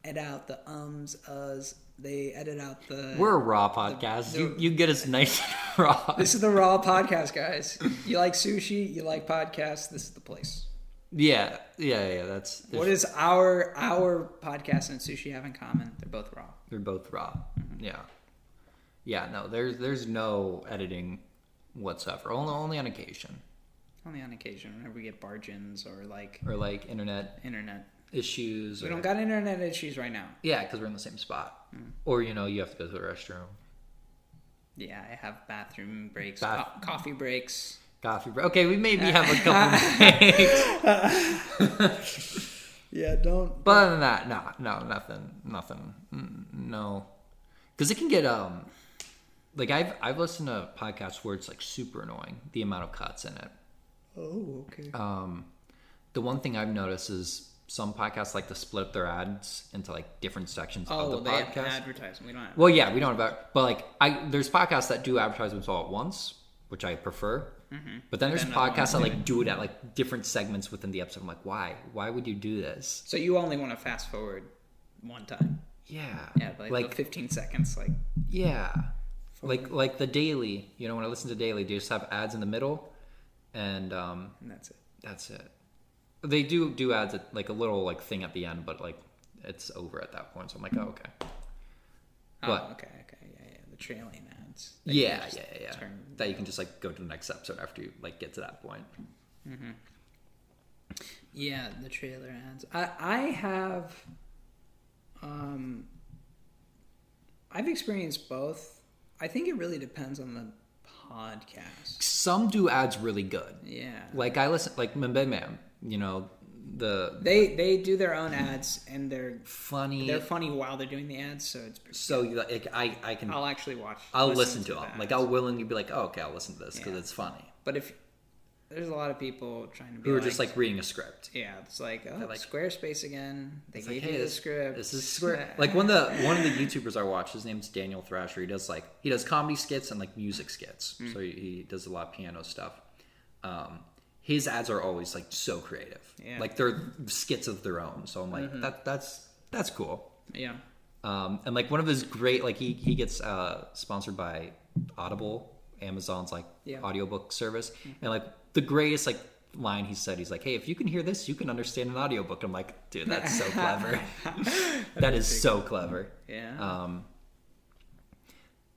S1: edit out the ums, uhs. They edit out the.
S2: We're a raw podcast. you you get us nice and raw.
S1: this is the raw podcast, guys. You like sushi? You like podcasts? This is the place.
S2: Yeah, yeah, yeah. That's they're,
S1: What is our our podcast and sushi have in common? They're both raw.
S2: they're both raw. Mm-hmm. Yeah, yeah. No, there's there's no editing whatsoever. Only only on occasion
S1: Only on occasion, whenever we get bargains or like
S2: or like internet
S1: internet.
S2: issues.
S1: We
S2: Or,
S1: don't Mm. got internet issues right now.
S2: yeah, because we're in the same spot. Or you know you have to go to the restroom.
S1: Yeah, I have bathroom breaks,
S2: Bath-
S1: co- coffee breaks.
S2: Coffee break. Okay, we maybe have a couple breaks.
S1: Yeah, don't.
S2: But other than that, no, no, nothing, nothing, Mm, no, because it can get um, like I've I've listened to podcasts where it's like super annoying the amount of cuts in it.
S1: Oh, okay.
S2: um, the one thing I've noticed is some podcasts like to split up their ads into like different sections
S1: Oh, well,
S2: of the
S1: they
S2: podcast.
S1: have advertising. We don't have.
S2: well, yeah, we don't about, but like I there's podcasts that do advertisements all at once, which I prefer. But then there's
S1: Mm-hmm. Then another
S2: podcasts that like do it at like different segments within the episode. I'm like, why? Why would you do this?
S1: so you only want to fast forward one time.
S2: Yeah,
S1: Yeah, like, the 15 seconds. Like,
S2: Yeah. Like like the daily, you know, when I listen to daily, they just have ads in the middle, and um,
S1: and that's it.
S2: that's it. They do do ads at, like a little like thing at the end, but like it's over at that point. So I'm like, oh okay.
S1: Oh,
S2: What?
S1: okay, okay, yeah, yeah. The trailing ads. that you
S2: Yeah,
S1: just
S2: yeah, yeah, yeah.
S1: turn-
S2: That you can just like go to the next episode after you like get to that point.
S1: Yeah, the trailer ads. I I have um I've experienced both. I think it really depends on the podcast.
S2: Some do ads really good.
S1: Yeah.
S2: Like I listen like Mbembe Man, you know, the
S1: They they do their own ads and they're
S2: funny
S1: they're funny while they're doing the ads, so it's
S2: so you like I I can I'll,
S1: I'll actually watch
S2: listen, to them.
S1: that.
S2: Like I'll willingly be like, "Oh, okay, I'll listen to this cuz
S1: Yeah.
S2: it's funny."
S1: But if there's a lot of people trying to be
S2: Who are just like reading a script.
S1: yeah, it's like oh,
S2: like-
S1: Squarespace again. They
S2: It's
S1: gave
S2: like, hey,
S1: you the
S2: this,
S1: script.
S2: This is square. like one of the one of the YouTubers I watch. His name's Daniel Thrasher. He does like he does comedy skits and like music skits.
S1: Mm.
S2: So he, he does a lot of piano stuff. Um, his ads are always like so creative.
S1: Yeah. Mm-hmm.
S2: Like they're skits of their own. So I'm like that that's that's cool.
S1: yeah.
S2: Um, and like one of his great like he he gets uh, sponsored by Audible, Amazon's like
S1: Yeah. Mm-hmm.
S2: audiobook service, and like the greatest like line he said he's like hey if you can hear this you can understand an audiobook i'm like dude that's so clever that is so clever
S1: Yeah.
S2: um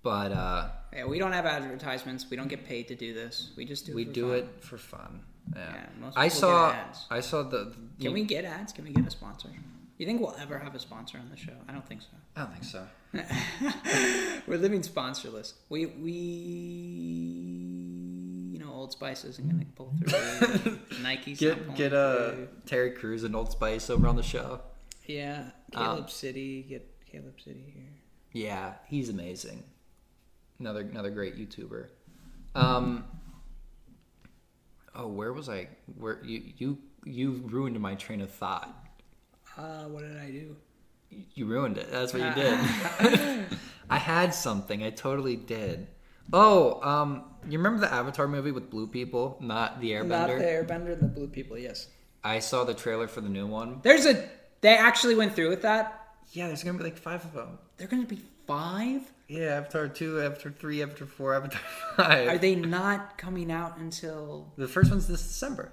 S2: but uh
S1: Yeah, we don't have advertisements. We don't get paid to do this. We just do.
S2: we
S1: it for
S2: do
S1: fun.
S2: it for fun yeah,
S1: Yeah, most
S2: i
S1: people
S2: saw
S1: get ads.
S2: i saw the, the
S1: Can we get ads? Can we get a sponsor? You think we'll ever have a sponsor on the show? I don't think so.
S2: i don't think so
S1: We're living sponsorless. We we you know Old Spice isn't gonna pull through. Nike's not
S2: get
S1: pulling
S2: get uh
S1: through.
S2: terry Crews and old spice over on the show
S1: yeah
S2: Um,
S1: Caleb City get Caleb City here.
S2: Yeah, he's amazing. Another another great YouTuber. Um Oh, where was I? Where you you you ruined my train of thought.
S1: Uh, what did I do?
S2: You ruined it. That's what you did. I had something. I totally did. Oh, um you remember the Avatar movie with blue people, not the
S1: Not the
S2: Airbender?
S1: Airbender and the Blue People. Yes,
S2: I saw the trailer for the new one.
S1: there's a. They actually went through with that.
S2: Yeah, there's going to be like 5 of them.
S1: They're gonna be five.
S2: Yeah, Avatar 2, Avatar 3, Avatar 4, Avatar 5.
S1: Are they not coming out until
S2: The first one's this December.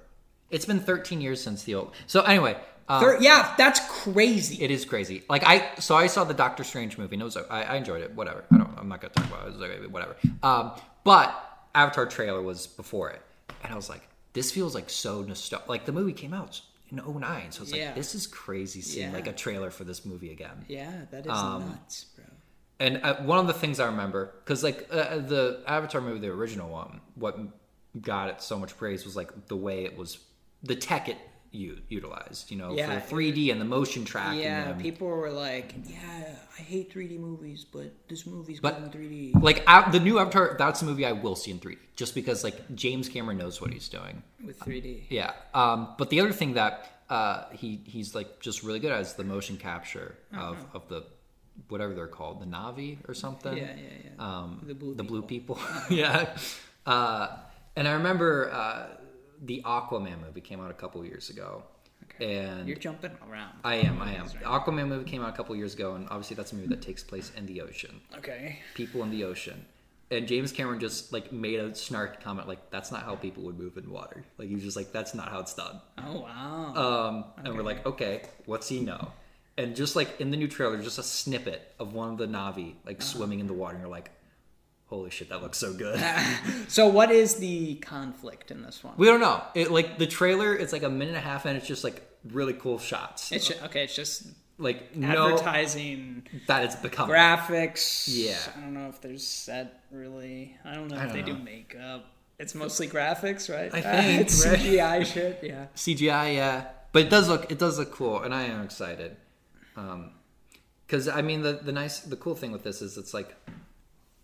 S2: It's been 13 years since the old. So anyway, uh,
S1: Thir- yeah, that's crazy.
S2: it is crazy. Like I, so I saw the Doctor Strange movie. And it was I, I enjoyed it. Whatever. I don't. I'm not gonna talk about it. It was okay, whatever. Um, but Avatar trailer was before it, and I was like, this feels like so nostalgic. Like the movie came out in 09, so it's
S1: Yeah.
S2: like this is crazy seeing
S1: Yeah.
S2: like a trailer for this movie again.
S1: yeah, that is
S2: Um,
S1: nuts, bro.
S2: And uh, one of the things I remember, because like uh, the Avatar movie, the original one, what got it so much praise was like the way it was, the tech it u- utilized, you know,
S1: Yeah, it-
S2: for the 3D and the motion tracking.
S1: Yeah,
S2: and,
S1: people were like, "Yeah, I hate 3D movies, but this movie's
S2: But-
S1: good in 3D."
S2: like av- the new Avatar, that's a movie I will see in 3D, just because like James Cameron knows what he's doing.
S1: With 3D,
S2: Yeah. Um, but the other thing that uh, he he's like just really good at is the motion capture of of the whatever they're called, the Navi or something.
S1: Mm-hmm. yeah, yeah, yeah. Um, the blue,
S2: the blue people. yeah. Uh, and I remember uh, the Aquaman movie came out a couple years ago. And
S1: You're jumping around.
S2: I am, I am. The Aquaman movie came out a couple years ago, and obviously that's a movie that takes place in the ocean.
S1: okay.
S2: People in the ocean. And James Cameron just like made a snark comment like that's not how people would move in water. Like he was just like that's not how it's done.
S1: Oh wow.
S2: Um, And we're like, okay, what's he know? And just like in the new trailer, just a snippet of one of the Navi like swimming in the water, and you're like, holy shit, that looks so good.
S1: so what is the conflict in this one?
S2: We don't know. It like the trailer. It's like a minute and a half, and it's just like really cool shots.
S1: it's ju- okay. It's just
S2: like no,
S1: advertising,
S2: that it's become.
S1: graphics.
S2: Yeah.
S1: I don't know if there's set really. I don't know if
S2: don't
S1: they
S2: know.
S1: do makeup. It's mostly graphics, right?
S2: I think,
S1: it's
S2: right?
S1: CGI shit. Yeah.
S2: CGI, yeah, but it does look it does look cool, and I am excited. Um, because I mean the the nice the cool thing with this is it's like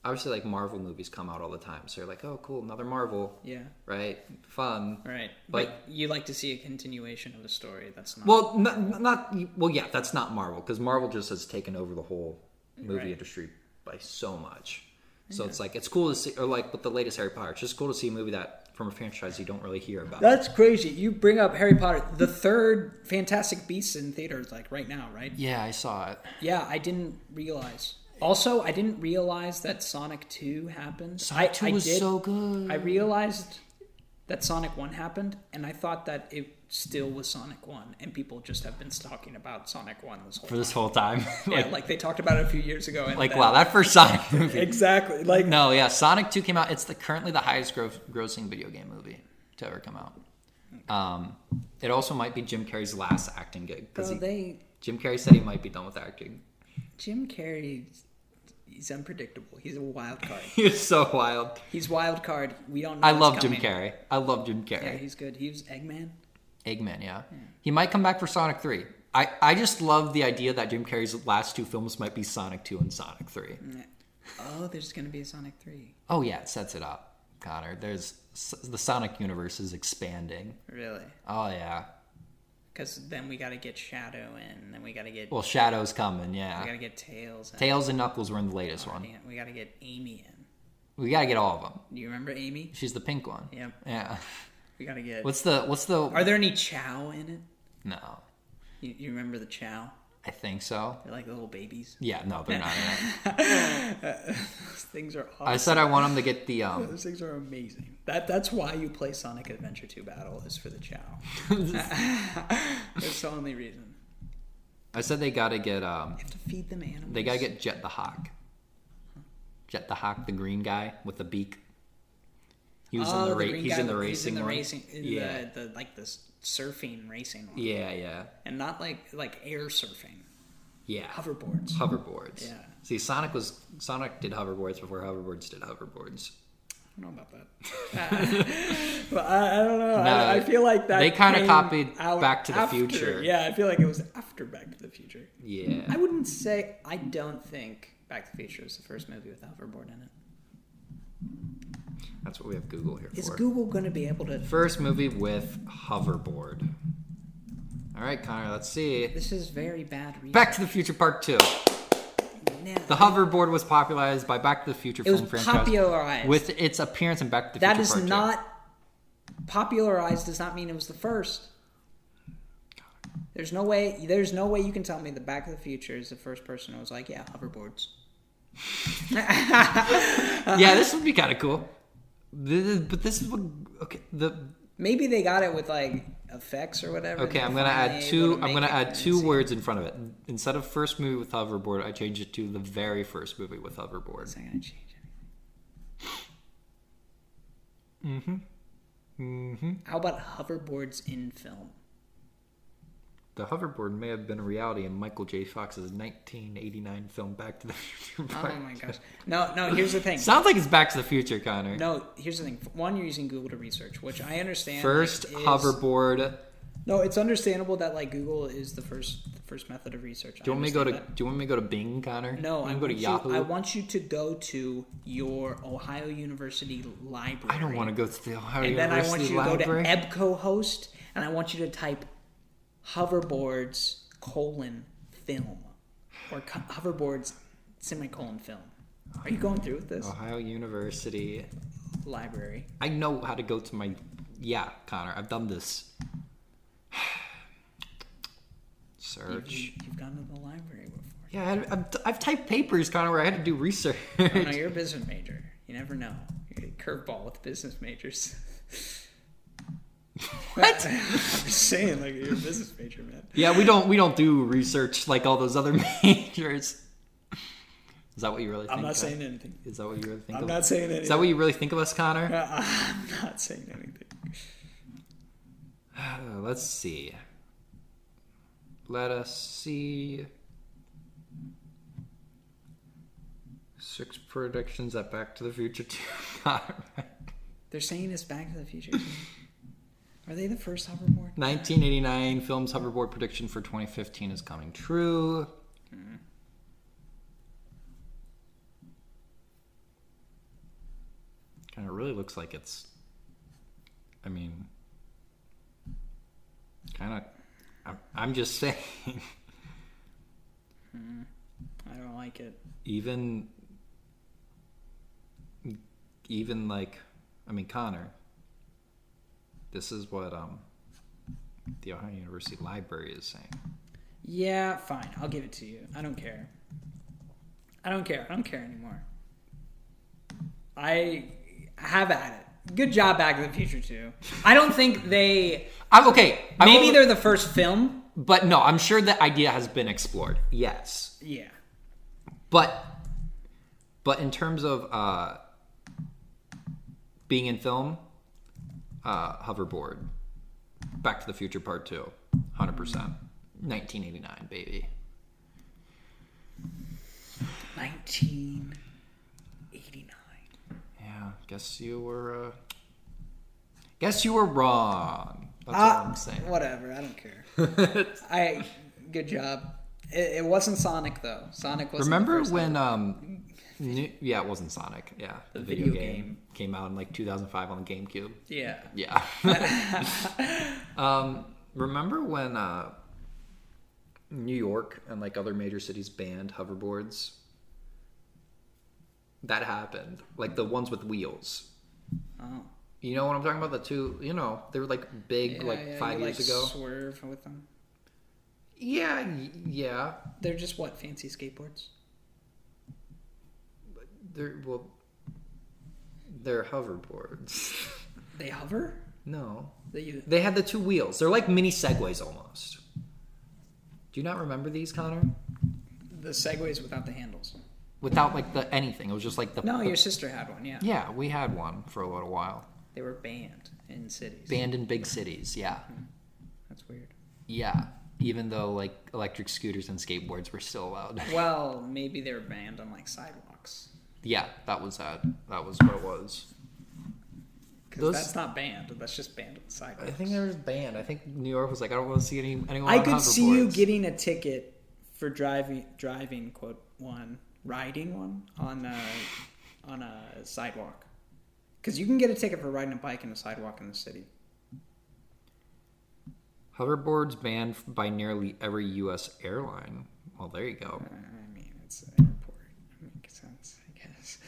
S2: obviously like Marvel movies come out all the time, so you're like, oh cool, another Marvel,
S1: Yeah.
S2: right? Fun.
S1: Right.
S2: But-
S1: But, you like to see a continuation of a story that's not
S2: Well, not, not well, yeah, that's not Marvel because Marvel just has taken over the whole movie
S1: Right.
S2: industry by so much. So it's like it's cool to see, or like with the latest Harry Potter, it's just cool to see a movie that from a franchise you don't really hear about.
S1: That's crazy. You bring up Harry Potter, the third Fantastic Beasts in theaters like right now, right?
S2: yeah, I saw it.
S1: Yeah, I didn't realize. Also, I didn't realize that Sonic 2 happened. Sonic I, I did-
S2: good.
S1: I realized that Sonic 1 happened, and I thought that it still was Sonic 1, and people just have been talking about Sonic 1 this whole
S2: for
S1: time.
S2: this whole time.
S1: Yeah,
S2: like,
S1: like they talked about it a few years ago. And
S2: like
S1: then-
S2: wow, that first Sonic movie.
S1: Exactly. Like,
S2: No, yeah, Sonic Two came out. It's the currently the highest gro- grossing video game movie to ever come out. Um, it also might be Jim Carrey's last acting gig
S1: bro,
S2: because
S1: they.
S2: Jim Carrey said he might be done with acting.
S1: Jim Carrey, he's unpredictable. He's a wild card.
S2: He's so wild.
S1: He's wild card. We don't know.
S2: I
S1: what's
S2: love Jim
S1: coming.
S2: Carrey. I love Jim
S1: Yeah,
S2: Carrey.
S1: he's good. He was Eggman.
S2: Eggman, yeah. He might come back for Sonic Three. I, I just love the idea that Jim Carrey's last two films might be Sonic Two and Sonic Three.
S1: Yeah. Oh, there's going to be a Sonic 3.
S2: Oh yeah, it sets it up, Connor. There's s- the Sonic universe is expanding.
S1: Really?
S2: Oh yeah.
S1: Because then we got to get Shadow in, then we got to get.
S2: Well, Shadow's coming.
S1: we
S2: Yeah.
S1: got to get Tails in.
S2: Tails and Knuckles were in the latest one.
S1: Yeah, we got to get Amy in.
S2: We gotta get all of them.
S1: Do you remember Amy?
S2: She's the pink one.
S1: Yep.
S2: Yeah.
S1: We got to get.
S2: What's the What's the?
S1: Are there any Chow in it?
S2: No,
S1: You, you remember the Chow?
S2: I think so.
S1: They're like little babies.
S2: Yeah, no, they're not. in it.
S1: Those things are awesome.
S2: I said I want them to get the um.
S1: Those things are amazing. That that's why you play Sonic Adventure 2 Battle is for the Chow. That's the only reason.
S2: I said they gotta get um.
S1: You have to feed them animals.
S2: They gotta get Jet the Hawk. Jet the Hawk, the green guy with the beak. He was in the, ra-
S1: Oh, green
S2: he's
S1: guy
S2: in the
S1: with-
S2: racing
S1: he's in the
S2: one.
S1: racing in
S2: yeah.
S1: the, the like the s- surfing racing one.
S2: yeah, yeah,
S1: And not like like air surfing.
S2: yeah.
S1: Hoverboards.
S2: hoverboards.
S1: Yeah.
S2: See, Sonic was Sonic did hoverboards before hoverboards did hoverboards.
S1: I don't know about that. but I, I don't know. I, I
S2: No,
S1: feel like that
S2: they kinda
S1: came
S2: copied
S1: out
S2: Back to the
S1: after.
S2: Future.
S1: Yeah, I feel like it was after Back to the Future.
S2: Yeah.
S1: I wouldn't say I don't think Back to the Future is the first movie with a hoverboard in it.
S2: That's what we have Google here
S1: Is
S2: for.
S1: Google going to be able to?
S2: First movie with hoverboard. All right, Connor, let's see.
S1: This is very bad. Research.
S2: Back to the Future Part 2.
S1: now,
S2: The hoverboard was popularized by Back to the Future
S1: it was
S2: film franchise
S1: popularized.
S2: with its appearance in Back to the
S1: that
S2: Future
S1: is
S2: Part
S1: not popularized. Does not mean it was the first. There's no way. There's no way you can tell me that Back to the Future is the first person who was like, yeah, hoverboards.
S2: 2. Yeah, this would be kind of cool. This is- Uh-huh. But this is what okay, the
S1: Maybe they got it with like effects or whatever.
S2: Okay,
S1: They're
S2: I'm gonna
S1: finally
S2: add
S1: able
S2: two.
S1: to
S2: I'm
S1: make
S2: gonna
S1: it
S2: add two
S1: convincing.
S2: words in front of it. Instead of first movie with hoverboard, I changed it to the very first movie with hoverboard.
S1: It's not gonna change anything. Mm-hmm. Mm-hmm. How about hoverboards in film?
S2: The hoverboard may have been a reality in Michael J. Fox's 1989 film Back to the Future.
S1: Oh my gosh. No, no, here's the thing.
S2: Sounds like it's Back to the Future, Connor.
S1: No, here's the thing. One, you're using Google to research, which I understand.
S2: first
S1: is-
S2: hoverboard. Do
S1: No, it's understandable that like Google is the first the first method of research.
S2: you want me to go to?
S1: understand
S2: Do you want me to go to Bing, Connor?
S1: that. No,
S2: You
S1: I
S2: wanna go to
S1: want you-
S2: Yahoo.
S1: I want you to go to your Ohio University library.
S2: I don't want to go to the Ohio
S1: And then I want you
S2: University
S1: to
S2: Library.
S1: go to EbcoHost, and I want you to type hoverboards colon film or co- hoverboards semicolon film. Are you going through with this
S2: Ohio University.
S1: library?
S2: I know how to go to my. Yeah, Connor, I've done this.
S1: You've,
S2: Search.
S1: you've gone to the library before.
S2: Yeah, I had, I've, I've typed papers, Connor, where I had to do research.
S1: No, you're a business major. You never know. You're a curveball with business majors.
S2: What?
S1: I'm just saying, like you're a business major, man.
S2: yeah, we don't we don't do research like all those other majors. Is that what you really? Think
S1: I'm not
S2: of?
S1: saying anything.
S2: Is that what you really think?
S1: I'm
S2: of?
S1: not saying
S2: Is that
S1: anything. Uh,
S2: what you really think of us, Connor?
S1: I'm not saying anything.
S2: Uh, let's see. Let us see. Six predictions at Back to the Future Two. Connor.
S1: They're saying it's Back to the Future. too. Are they the first hoverboard?
S2: 1989 film's hoverboard prediction for 2015 is coming true. Hmm. Kind of really looks like it's. I mean, kind of. I'm, I'm just saying.
S1: I don't like it.
S2: Even. Even like, I mean, Connor. This is what um. The Ohio University Library is saying.
S1: Yeah, fine. I'll give it to you. I don't care. I don't care. I don't care anymore. I have at it. good job Back to the Future 2. I don't think they
S2: I'm okay. I
S1: maybe
S2: won't-
S1: they're the first film.
S2: but no, I'm sure the idea has been explored. Yes,
S1: Yeah.
S2: but but in terms of uh, being in film, uh, hoverboard, Back to the Future Part Two, hundred percent, 1989, baby.
S1: 1989.
S2: Yeah, guess you were. Uh, guess you were wrong. That's
S1: Ah.
S2: all I'm saying.
S1: Whatever, I don't care. I good job. It, it wasn't Sonic though. Sonic wasn't the
S2: Remember
S1: first
S2: when? Um, new, yeah, it wasn't Sonic. Yeah, the, video,
S1: video
S2: game,
S1: game.
S2: came out in like 2005 on the GameCube.
S1: one. Yeah.
S2: Yeah. um, remember when uh, New York and like other major cities banned hoverboards? That happened. Like the ones with wheels.
S1: Oh.
S2: You know what I'm talking about? The two, you know, they were like big
S1: Yeah,
S2: like
S1: yeah,
S2: five
S1: you,
S2: years
S1: like,
S2: ago.
S1: Swerve with them.
S2: Yeah, y- yeah.
S1: They're just what fancy skateboards.
S2: They're well, they're hoverboards.
S1: They hover.
S2: no,
S1: They use.
S2: they had the two wheels. They're like mini segways almost. Do you not remember these, Connor?
S1: the segways without the handles.
S2: Without like the anything, it was just like the
S1: No,
S2: the-
S1: your sister had one. Yeah.
S2: yeah. We had one for a little while.
S1: They were banned in cities.
S2: Banned in big cities. Yeah,
S1: That's weird.
S2: yeah. Even though like electric scooters and skateboards were still allowed.
S1: Well, maybe they were banned on like sidewalks.
S2: yeah, that was that. That was what it was.
S1: Because
S2: Those-
S1: that's not banned. That's just banned on sidewalks.
S2: I think there was banned. I think New York was like, I don't want to see any anyone.
S1: I
S2: on
S1: could see you
S2: hoverboards.
S1: getting a ticket for driving driving quote one riding one on a on a sidewalk because you can get a ticket for riding a bike on a sidewalk in the city.
S2: Hoverboards banned by nearly every U.S. airline. Well, there you go.
S1: Uh, I mean, it's an airport. It makes sense, I guess.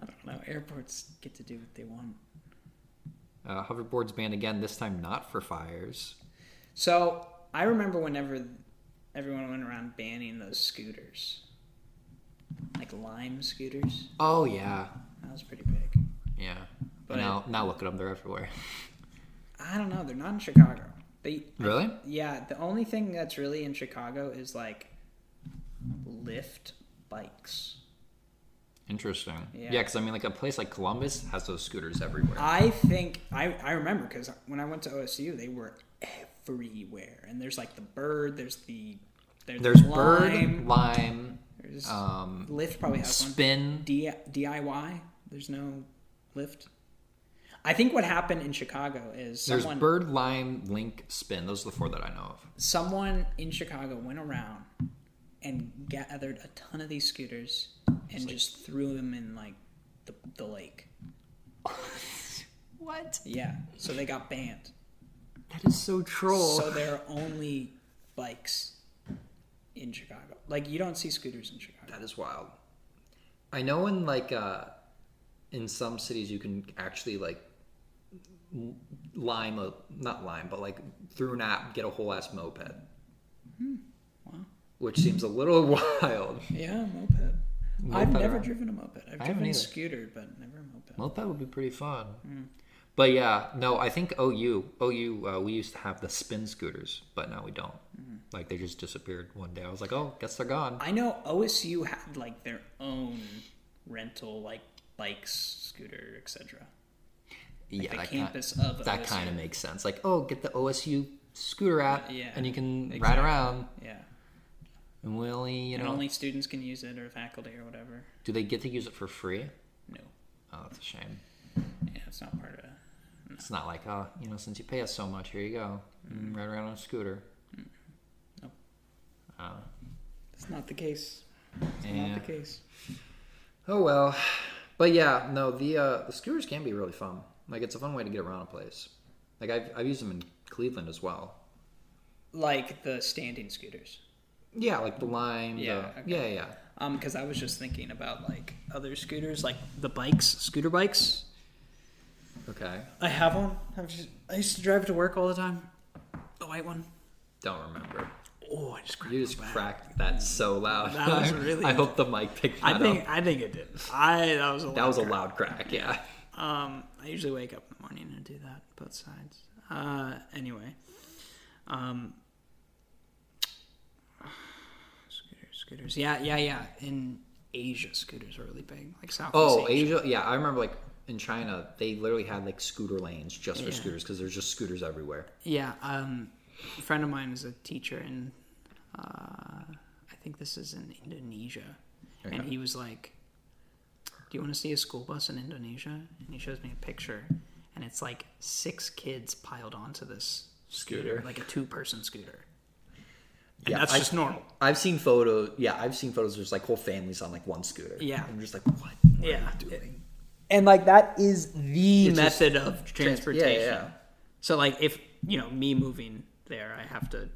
S1: I don't know. Airports get to do what they want.
S2: Uh, hoverboards banned again, this time not for fires.
S1: So I remember whenever everyone went around banning those scooters, like Lime scooters.
S2: Oh, yeah.
S1: That was pretty big.
S2: Yeah.
S1: But-
S2: now, now look at them. They're everywhere.
S1: I don't know. They're not in Chicago. They
S2: really?
S1: yeah. The only thing that's really in Chicago is like Lyft bikes.
S2: Interesting.
S1: Yeah.
S2: Yeah, Uh, because I mean, like a place like Columbus has those scooters everywhere.
S1: I think I I remember because when I went to OSU, they were everywhere. And there's like the bird. There's the there's,
S2: There's
S1: Lime,
S2: Bird, Lime,
S1: There's
S2: um,
S1: Lyft probably has one.
S2: Spin.
S1: D- DIY. There's no lift. I think what happened in Chicago is
S2: There's
S1: someone
S2: Bird, Lime, Link, Spin. Those are the four that I know of.
S1: someone in Chicago went around and gathered a ton of these scooters and just threw them in like the, the lake.
S2: What?
S1: Yeah, so they got banned.
S2: That is so troll.
S1: So there are only bikes in Chicago. Like you don't see scooters in Chicago.
S2: That is wild. I know in like uh, in some cities you can actually like l- lime a not lime but like through an app get a whole ass moped. Hmm. Which seems a little wild.
S1: Yeah, moped. I've
S2: Moped
S1: never
S2: around.
S1: driven a moped. I've
S2: I haven't
S1: driven a
S2: either.
S1: scooter, but never a moped.
S2: Moped would be pretty fun.
S1: Hmm.
S2: But yeah, no, I think OU OU uh, we used to have the spin scooters, but now we don't. Like they just disappeared one day. I was like, oh, guess they're gone.
S1: Hmm. I know OSU had like their own rental like bikes, scooter, etc.
S2: yeah,
S1: The
S2: that kind-
S1: campus of
S2: that
S1: OSU.
S2: kind of makes sense. Like, oh, get the OSU scooter app,
S1: Yeah,
S2: and you can ride
S1: exactly.
S2: around.
S1: Yeah.
S2: And we only, you
S1: And
S2: know,
S1: only students can use it or faculty or whatever.
S2: do they get to use it for free?
S1: No.
S2: Oh, that's a shame.
S1: Yeah, it's not part of
S2: It's not like, oh, you know, since you pay us so much, here you go, mm ride around on a scooter.
S1: Hmm. Nope.
S2: Uh,
S1: It's not the case. It's
S2: Yeah.
S1: not the case.
S2: oh well, but yeah, no, the uh, the scooters can be really fun. Like, it's a fun way to get around a place. Like, I've I've used them in Cleveland as well.
S1: Like the standing scooters.
S2: Yeah, like the lime.
S1: Yeah,
S2: the,
S1: okay.
S2: yeah, yeah.
S1: Um, because I was just thinking about like other scooters, like the bikes, scooter bikes.
S2: Okay,
S1: I have one. I've just, I used to drive it to work all the time. The white one.
S2: don't remember.
S1: Oh, I just cracked
S2: You
S1: my
S2: just
S1: back.
S2: cracked that so loud.
S1: That was really-
S2: I hope the mic picked that
S1: I think
S2: up.
S1: I think it did. I that was a
S2: That was a
S1: lot.
S2: loud crack. Yeah.
S1: Um, I usually wake up in the morning and do that, both sides. Uh, anyway. Um, scooters, scooters. Yeah, yeah, yeah. In Asia, scooters are really big. Like South.
S2: Oh, Asia. Yeah, I remember like in China, they literally had like scooter lanes just for
S1: Yeah.
S2: scooters because there's just scooters everywhere.
S1: Yeah, um, a friend of mine is a teacher in, uh, I think this is in Indonesia, and
S2: Okay.
S1: he was like, "Do you want to see a school bus in Indonesia?" And he shows me a picture, and it's like six kids piled onto this scooter,
S2: Scooter.
S1: like a two-person scooter. And
S2: Yeah,
S1: that's
S2: I-
S1: just normal.
S2: I've seen photos. Yeah, I've seen photos. There's like whole families on like one scooter.
S1: Yeah.
S2: I'm just like, what? what
S1: Yeah.
S2: Are you doing?
S1: And like that is the
S2: It's just
S1: method of transportation.
S2: Yeah, yeah.
S1: So like if you know me moving there, I have to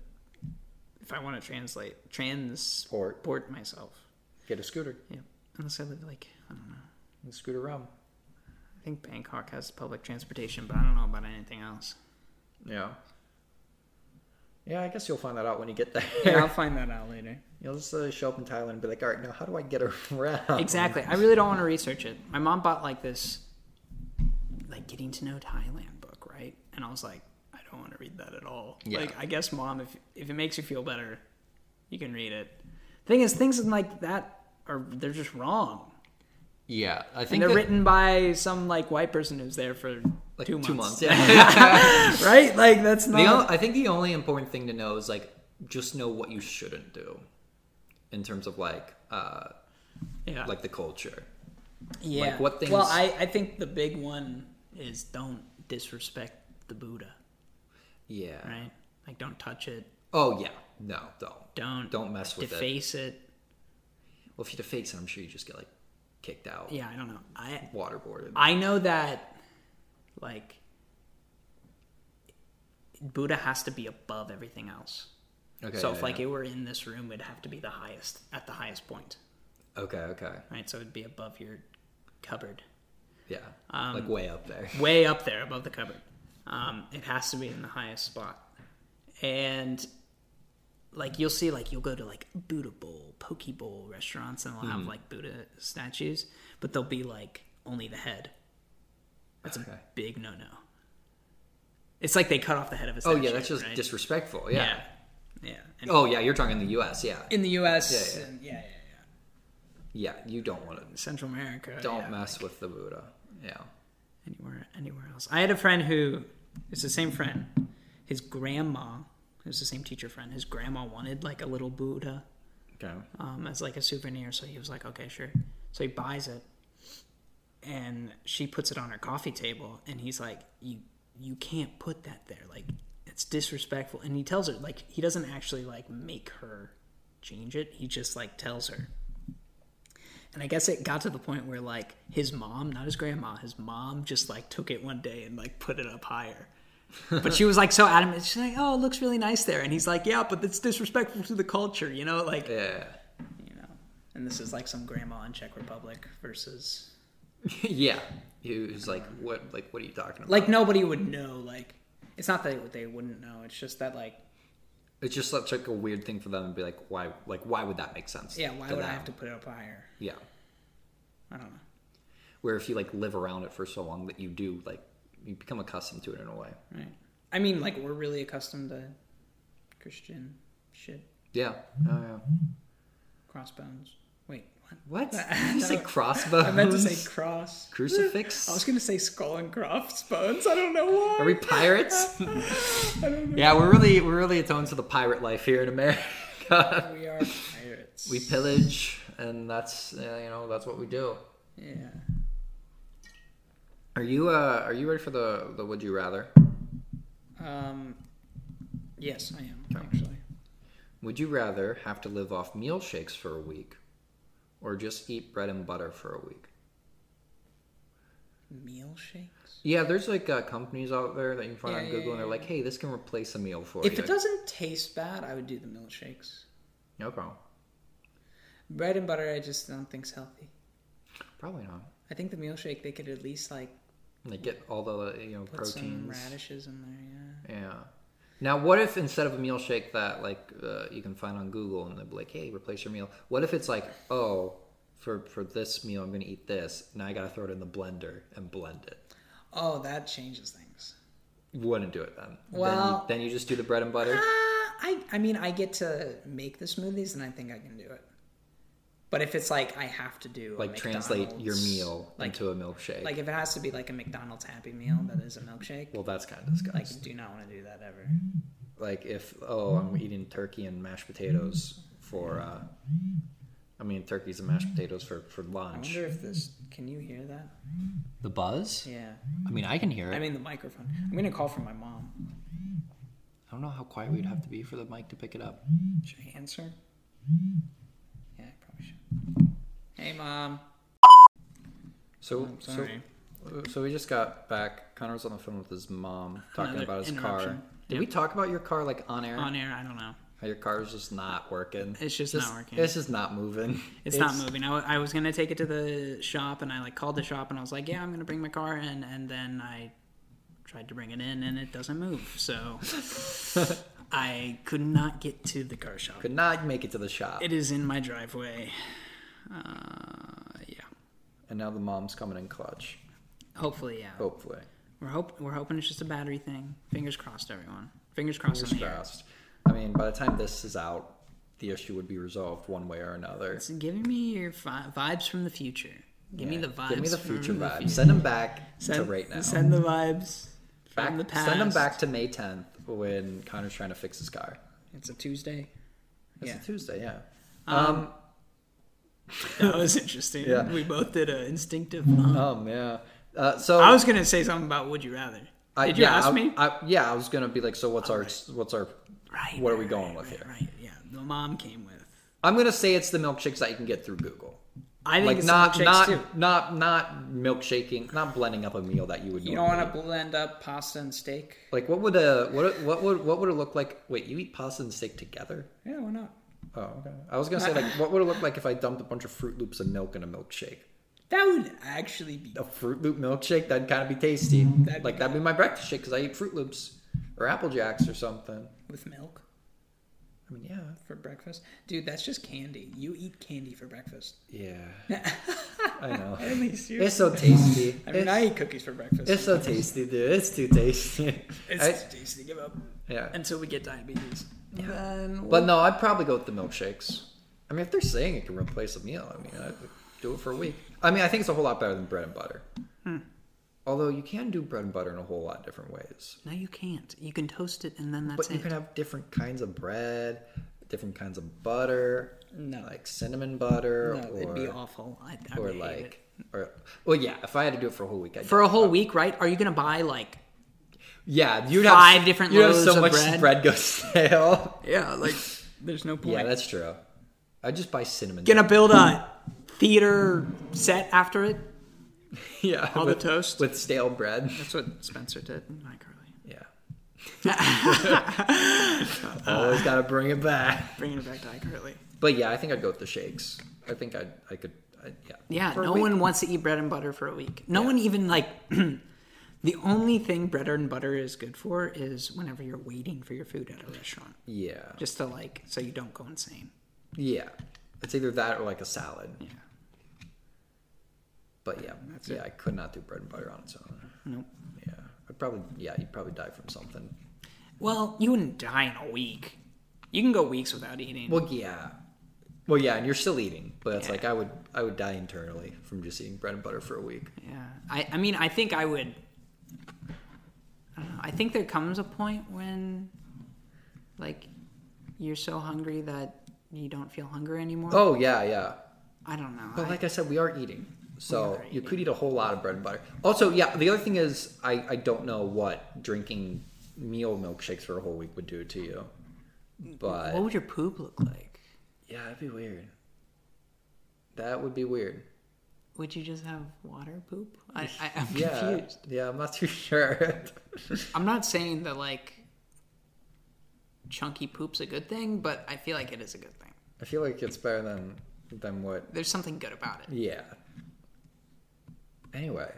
S1: if I want to translate transport myself.
S2: Get a scooter.
S1: Yeah. Unless I live like I don't know.
S2: And scooter around.
S1: I think Bangkok has public transportation, but I don't know about anything else.
S2: Yeah. Yeah, I guess you'll find that out when you get there.
S1: Yeah, I'll find that out later.
S2: You'll just uh, show up in Thailand and be like, all right, now how do I get around?
S1: Exactly. I really don't want to research it. My mom bought like this like getting to know Thailand book, right? And I was like, I don't want to read that at all.
S2: Yeah.
S1: Like I guess mom, if if it makes you feel better, you can read it. Thing is things like that are they're just wrong.
S2: Yeah, I
S1: And
S2: think
S1: they're
S2: that-
S1: written by some like white person who's there for
S2: like
S1: two, months.
S2: Yeah.
S1: right? Like that's
S2: the
S1: not
S2: o- I think the only important thing to know is like just know what you shouldn't do, in terms of like uh,
S1: yeah.
S2: like the culture.
S1: yeah.
S2: like, what things-
S1: Well, I, I think the big one is don't disrespect the Buddha,
S2: Yeah.
S1: right? Like don't touch it.
S2: Oh yeah. No, don't.
S1: Don't
S2: Don't mess with it.
S1: deface it.
S2: Well, if you deface it, I'm sure you just get like kicked out,
S1: Yeah, I don't know. I
S2: waterboarded.
S1: I know that like Buddha has to be above everything else.
S2: Okay.
S1: so
S2: yeah,
S1: if like
S2: yeah.
S1: it were in this room, it'd have to be the highest at the highest point,
S2: Okay. Okay.
S1: right? So it'd be above your cupboard.
S2: Yeah.
S1: Um,
S2: like way up there.
S1: way up there above the cupboard. Um, it has to be in the highest spot. And like you'll see, like you'll go to like Buddha Bowl, Poke Bowl restaurants, and they'll have
S2: Hmm.
S1: like Buddha statues, but they'll be like only the head. That's a
S2: Okay.
S1: big no no. It's like they cut off the head of a
S2: Oh
S1: statue.
S2: yeah, that's just
S1: right?
S2: disrespectful. Yeah.
S1: yeah, yeah. And
S2: Oh yeah, you're talking in the U.S. Yeah.
S1: in the U.S.,
S2: Yeah, yeah.
S1: and- yeah, yeah, yeah.
S2: Yeah, you don't want to.
S1: Central America.
S2: Don't
S1: yeah.
S2: mess with the Buddha. Yeah.
S1: anywhere anywhere else. I had a friend who it's the same friend. His grandma, it was the same teacher friend. His grandma wanted like a little Buddha
S2: Okay.
S1: um, as like a souvenir, so he was like, okay, sure. So he buys it, and she puts it on her coffee table, and he's like, you you can't put that there, like it's disrespectful. And he tells her like he doesn't actually like make her change it. He just like tells her. And I guess it got to the point where like his mom, not his grandma, his mom just like took it one day and like put it up higher. but she was like so adamant. She's like, "Oh, it looks really nice there," and he's like, "Yeah, but it's disrespectful to the culture, you know." Like,
S2: Yeah.
S1: you know. And this is like some grandma in Czech Republic versus
S2: yeah. He was like, what? Like, what are you talking about?
S1: like nobody would know. Like it's not that they wouldn't know. It's just that like
S2: it's just such like a weird thing for them to be like, why? Like, why would that make sense?
S1: yeah, why
S2: to
S1: would I
S2: them?
S1: have to put it up higher?
S2: Yeah.
S1: I don't know.
S2: Where if you like live around it for so long that you do like, you become accustomed to it in a way.
S1: Right. I mean, like we're really accustomed to Christian shit,
S2: Yeah. Oh yeah.
S1: crossbones. Wait, what?
S2: What? Did
S1: I
S2: you say
S1: know.
S2: crossbones?
S1: I meant to say cross.
S2: crucifix.
S1: I was gonna say skull and crossbones. I don't know why.
S2: Are we pirates? yeah, we're really we're really atoned to the pirate life here in America.
S1: We are pirates.
S2: we pillage, and that's uh, you know that's what we do.
S1: yeah.
S2: Are you uh are you ready for the the would you rather?
S1: Um. Yes, I am
S2: Okay.
S1: actually.
S2: Would you rather have to live off meal shakes for a week, or just eat bread and butter for a week?
S1: Meal shakes.
S2: Yeah, there's like uh, companies out there that you can find
S1: Yeah,
S2: on
S1: yeah,
S2: Google, and they're
S1: yeah,
S2: like, hey, this can replace a meal for
S1: If
S2: you.
S1: it doesn't taste bad, I would do the milkshakes.
S2: no problem.
S1: Bread and butter, I just don't think's healthy.
S2: Probably not.
S1: I think the milkshake they could at least like
S2: They get all the uh, you know
S1: put some
S2: proteins.
S1: radishes in there.
S2: Yeah. Now, what if instead of a meal shake that like uh, you can find on Google and they're like, "Hey, replace your meal," what if it's like, "Oh, for for this meal I'm gonna eat this. Now I gotta throw it in the blender and blend it.
S1: Oh, that changes things.
S2: Wouldn't do it then.
S1: Well-
S2: then you, then you just do the bread and butter.
S1: Uh, I I mean I get to make the smoothies and I think I can do it. But if it's like I have to do a
S2: like translate your
S1: McDonald's-
S2: meal
S1: like
S2: into a milkshake.
S1: like if it has to be like a McDonald's Happy Meal that is a milkshake,
S2: well, that's kind of disgusting.
S1: I do not want to do that ever.
S2: like if oh I'm eating turkey and mashed potatoes for uh I mean turkeys and mashed potatoes for for
S1: I
S2: lunch.
S1: wonder if this can you hear that?
S2: The buzz?
S1: Yeah.
S2: I mean I can hear it.
S1: I mean the microphone. I'm gonna call for my mom.
S2: I don't know how quiet we'd have to be for the mic to pick it up.
S1: Should I answer? Yeah, I probably should. Hey mom.
S2: So
S1: I'm sorry.
S2: so so we just got back. Connor was on the phone with his mom talking
S1: Another
S2: about his car.
S1: interruption.
S2: Did we talk about your car like on air?
S1: On air, I don't know.
S2: how your car is just not working.
S1: It's just not working.
S2: It's just not moving.
S1: It's, not moving. I, wa- I was gonna take it to the shop, and I like called the shop, and I was like, "Yeah, I'm gonna bring my car," in and then I tried to bring it in, and it doesn't move. So I could not get to the car shop.
S2: Could not make it to the shop.
S1: It is in my driveway. Uh, yeah.
S2: and now the mom's coming in clutch.
S1: Hopefully, yeah.
S2: Hopefully.
S1: We're hope we're hoping it's just a battery thing. Fingers crossed, everyone. Fingers crossed.
S2: Fingers
S1: on the air.
S2: crossed. I mean, by the time this is out, the issue would be resolved one way or another.
S1: It's giving me your vi- vibes from the future. Give me
S2: Yeah.
S1: the vibes.
S2: Give me the
S1: from
S2: future vibes.
S1: future.
S2: Send them back to
S1: Send-
S2: right now.
S1: Send the vibes from
S2: back,
S1: the past.
S2: Send them back to May 10th when Connor's trying to fix his car.
S1: It's a Tuesday.
S2: It's
S1: Yeah.
S2: a Tuesday, yeah. Um,
S1: That was interesting.
S2: Yeah.
S1: We both did an instinctive. Um,
S2: um, yeah. Uh, so
S1: I was gonna say something about would you rather.
S2: I-
S1: Did you
S2: Uh, yeah,
S1: ask
S2: I-
S1: me?
S2: I, yeah, I was gonna be like, so what's our what's our
S1: right.
S2: what are we
S1: right,
S2: going
S1: right,
S2: with
S1: right,
S2: here?
S1: Right. Yeah. The mom came with.
S2: I'm gonna say it's the milkshakes that you can get through Google.
S1: I think
S2: Like
S1: it's
S2: not
S1: the milkshakes,
S2: not
S1: too.
S2: not not milkshaking, not blending up a meal that you would.
S1: You don't
S2: normally
S1: want to blend up pasta and steak.
S2: Like what would a what what would what would it look like? Wait, you eat pasta and steak together?
S1: Yeah, why not?
S2: Oh, okay. I was gonna say like what would it look like if I dumped a bunch of Fruit Loops and milk in a milkshake?
S1: That would actually be.
S2: A Fruit Loop milkshake that'd kind of be tasty.
S1: That'd
S2: like
S1: be
S2: that'd be my breakfast shake because I eat Fruit Loops or Apple Jacks or something.
S1: with milk
S2: I mean, yeah,
S1: for breakfast. Dude, that's just candy. You eat candy for breakfast.
S2: yeah. I know.
S1: At least you.
S2: It's so tasty.
S1: I mean,
S2: it's,
S1: I eat cookies for breakfast.
S2: it's so tasty, dude. It's too tasty.
S1: It's
S2: I-
S1: too tasty to give up
S2: yeah.
S1: until we get diabetes. Then
S2: But no, I'd probably go with the milkshakes. I mean, if they're saying it can replace a meal, I mean, I'd do it for a week. I mean, I think it's a whole lot better than bread and butter.
S1: Hmm.
S2: Although you can do bread and butter in a whole lot of different ways.
S1: no, you can't. You can toast it and then that's
S2: But you can have different kinds of bread, different kinds of butter,
S1: No.
S2: like cinnamon butter,
S1: no,
S2: or,
S1: it'd be awful. I, I
S2: or
S1: would hate it.
S2: like, or well, yeah. If I had to do it for a whole week, I'd
S1: for a whole week, right? Are you gonna buy like
S2: yeah, you'd
S1: five
S2: have
S1: different
S2: you'd
S1: loaves
S2: have so
S1: of
S2: much
S1: bread?
S2: goes stale.
S1: yeah, like there's no point.
S2: yeah, that's true. I'd just buy cinnamon.
S1: gonna build a theater set after it.
S2: yeah,
S1: All the
S2: with,
S1: toast?
S2: with stale bread.
S1: That's what Spencer did. in My Carly.
S2: Yeah. Always gotta bring it back.
S1: Bringing it back to iCarly.
S2: But yeah, I think I'd go with the shakes. I think I I could I, yeah.
S1: Yeah,
S2: For a
S1: no
S2: week.
S1: one wants to eat bread and butter for a week. No one even like the only thing bread and butter is good for is whenever you're waiting for your food at a restaurant,
S2: Yeah.
S1: just to like so you don't go insane.
S2: Yeah. It's either that or like a salad.
S1: Yeah.
S2: But yeah, yeah, I could not do bread and butter on its own.
S1: Nope.
S2: Yeah. I'd probably yeah, you'd probably die from something.
S1: Well, you wouldn't die in a week. You can go weeks without eating.
S2: Well yeah. Well yeah, and you're still eating. But it's like I would I would die internally from just eating bread and butter for a week.
S1: yeah. I, I mean, I think I would. I don't know. I think there comes a point when, like, you're so hungry that you don't feel hungry anymore.
S2: Oh yeah, yeah.
S1: I don't know.
S2: But
S1: I-
S2: like I said, we are eating. So
S1: We are
S2: you could eat a whole lot of bread and butter. Also, yeah, the other thing is I, I don't know what drinking meal milkshakes for a whole week would do to you. But
S1: what would your poop look like?
S2: yeah, that'd be weird. That would be weird.
S1: Would you just have water poop? I, I, I'm
S2: Yeah.
S1: confused.
S2: Yeah, I'm not too sure.
S1: I'm not saying that like chunky poop's a good thing, but I feel like it is a good thing.
S2: I feel like it's better than than what
S1: There's something good about it.
S2: yeah. Anyway.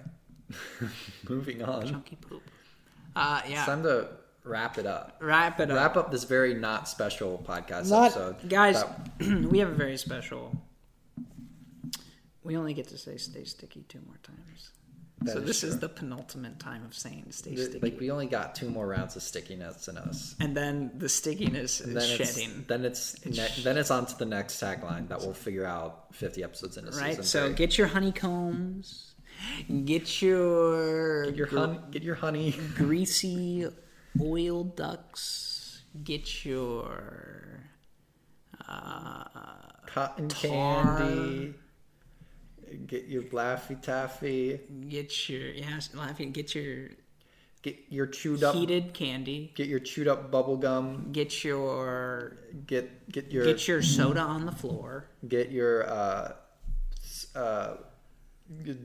S2: Moving on.
S1: Chunky poop. Uh, yeah.
S2: It's time to wrap it up.
S1: wrap it up.
S2: Wrap up this very not special podcast
S1: Not-
S2: episode.
S1: guys,
S2: That-
S1: we have a very special We only get to say "stay sticky" two more times.
S2: That
S1: so
S2: is
S1: this is
S2: true.
S1: the penultimate time of saying "stay
S2: Th-
S1: sticky,"
S2: Like we only got two more rounds of stickiness in us.
S1: and then the stickiness
S2: Then
S1: is
S2: it's,
S1: shedding.
S2: then it's, ne- then it's on to the next tagline that we'll figure out 50 episodes into season
S1: right. So
S2: three.
S1: get your honeycombs. Get your
S2: Get your
S1: gr-
S2: honey. Get your honey.
S1: greasy oil ducks. Get your uh,
S2: Cotton
S1: Tar.
S2: candy. Get your Laffy Taffy.
S1: get your yeah, laughing. Get your
S2: Get your chewed up.
S1: heated candy.
S2: Get your chewed up bubble gum.
S1: Get your
S2: Get get your
S1: get your soda on the floor.
S2: get your uh, s- uh, g-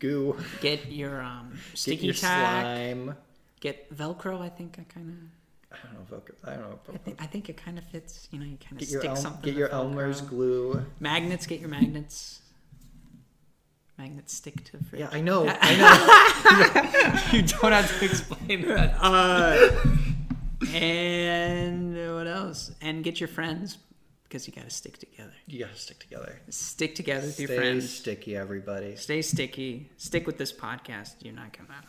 S2: goo.
S1: Get your um,
S2: Get
S1: sticky
S2: your
S1: tack.
S2: slime.
S1: Get Velcro. I think I kind of.
S2: I don't know. If, Velcro- I don't know. If,
S1: I think, I think it kind of fits. You know, you kind of
S2: get your
S1: stick
S2: Elm,
S1: something.
S2: get
S1: with
S2: your
S1: Velcro.
S2: Elmer's glue.
S1: Magnets, get your magnets. Magnets stick to fridge.
S2: Yeah, I know. I know. you don't have to explain that.
S1: And what else? And get your friends because you got to stick together.
S2: You gotta stick together.
S1: Stick together with your
S2: Stay
S1: friends.
S2: sticky, everybody.
S1: Stay sticky. Stick with this podcast. You're not gonna.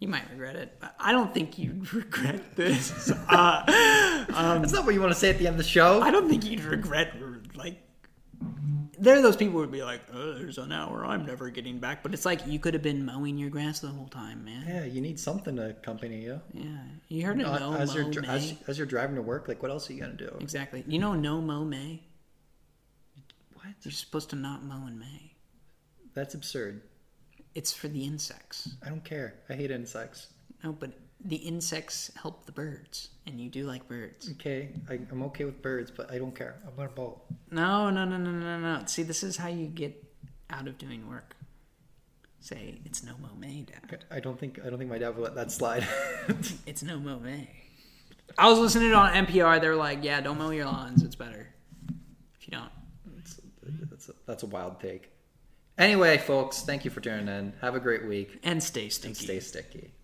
S1: You might regret it. but I don't think you'd regret this. uh,
S2: That's not what you want to say at the end of the show.
S1: I don't think you'd regret like. There are those people who would be like, "Oh, there's an hour I'm never getting back," but it's like you could have been mowing your grass the whole time, man.
S2: yeah, you need something to accompany you.
S1: Yeah, you heard of
S2: Uh,
S1: no
S2: as
S1: mo
S2: you're dr-
S1: May?
S2: as, as you're driving to work, like what else are you gonna do?
S1: exactly. You know no mo May.
S2: What?
S1: You're supposed to not mow in May.
S2: That's absurd.
S1: It's for the insects.
S2: I don't care. I hate insects.
S1: No, but the insects help the birds, and you do like birds.
S2: Okay, I, I'm okay with birds, but I don't care. I'm gonna bowl.
S1: No, no, no, no, no, no. no. See, this is how you get out of doing work. Say it's no mo May, Dad.
S2: I don't think I don't think my dad would let that slide.
S1: It's no mow May. I was listening on NPR. They were like, "Yeah, don't mow your lawns. It's better if you don't."
S2: that's, that's, a, that's a wild take. Anyway, folks, thank you for tuning in. Have a great week
S1: And stay stinky.
S2: and stay sticky.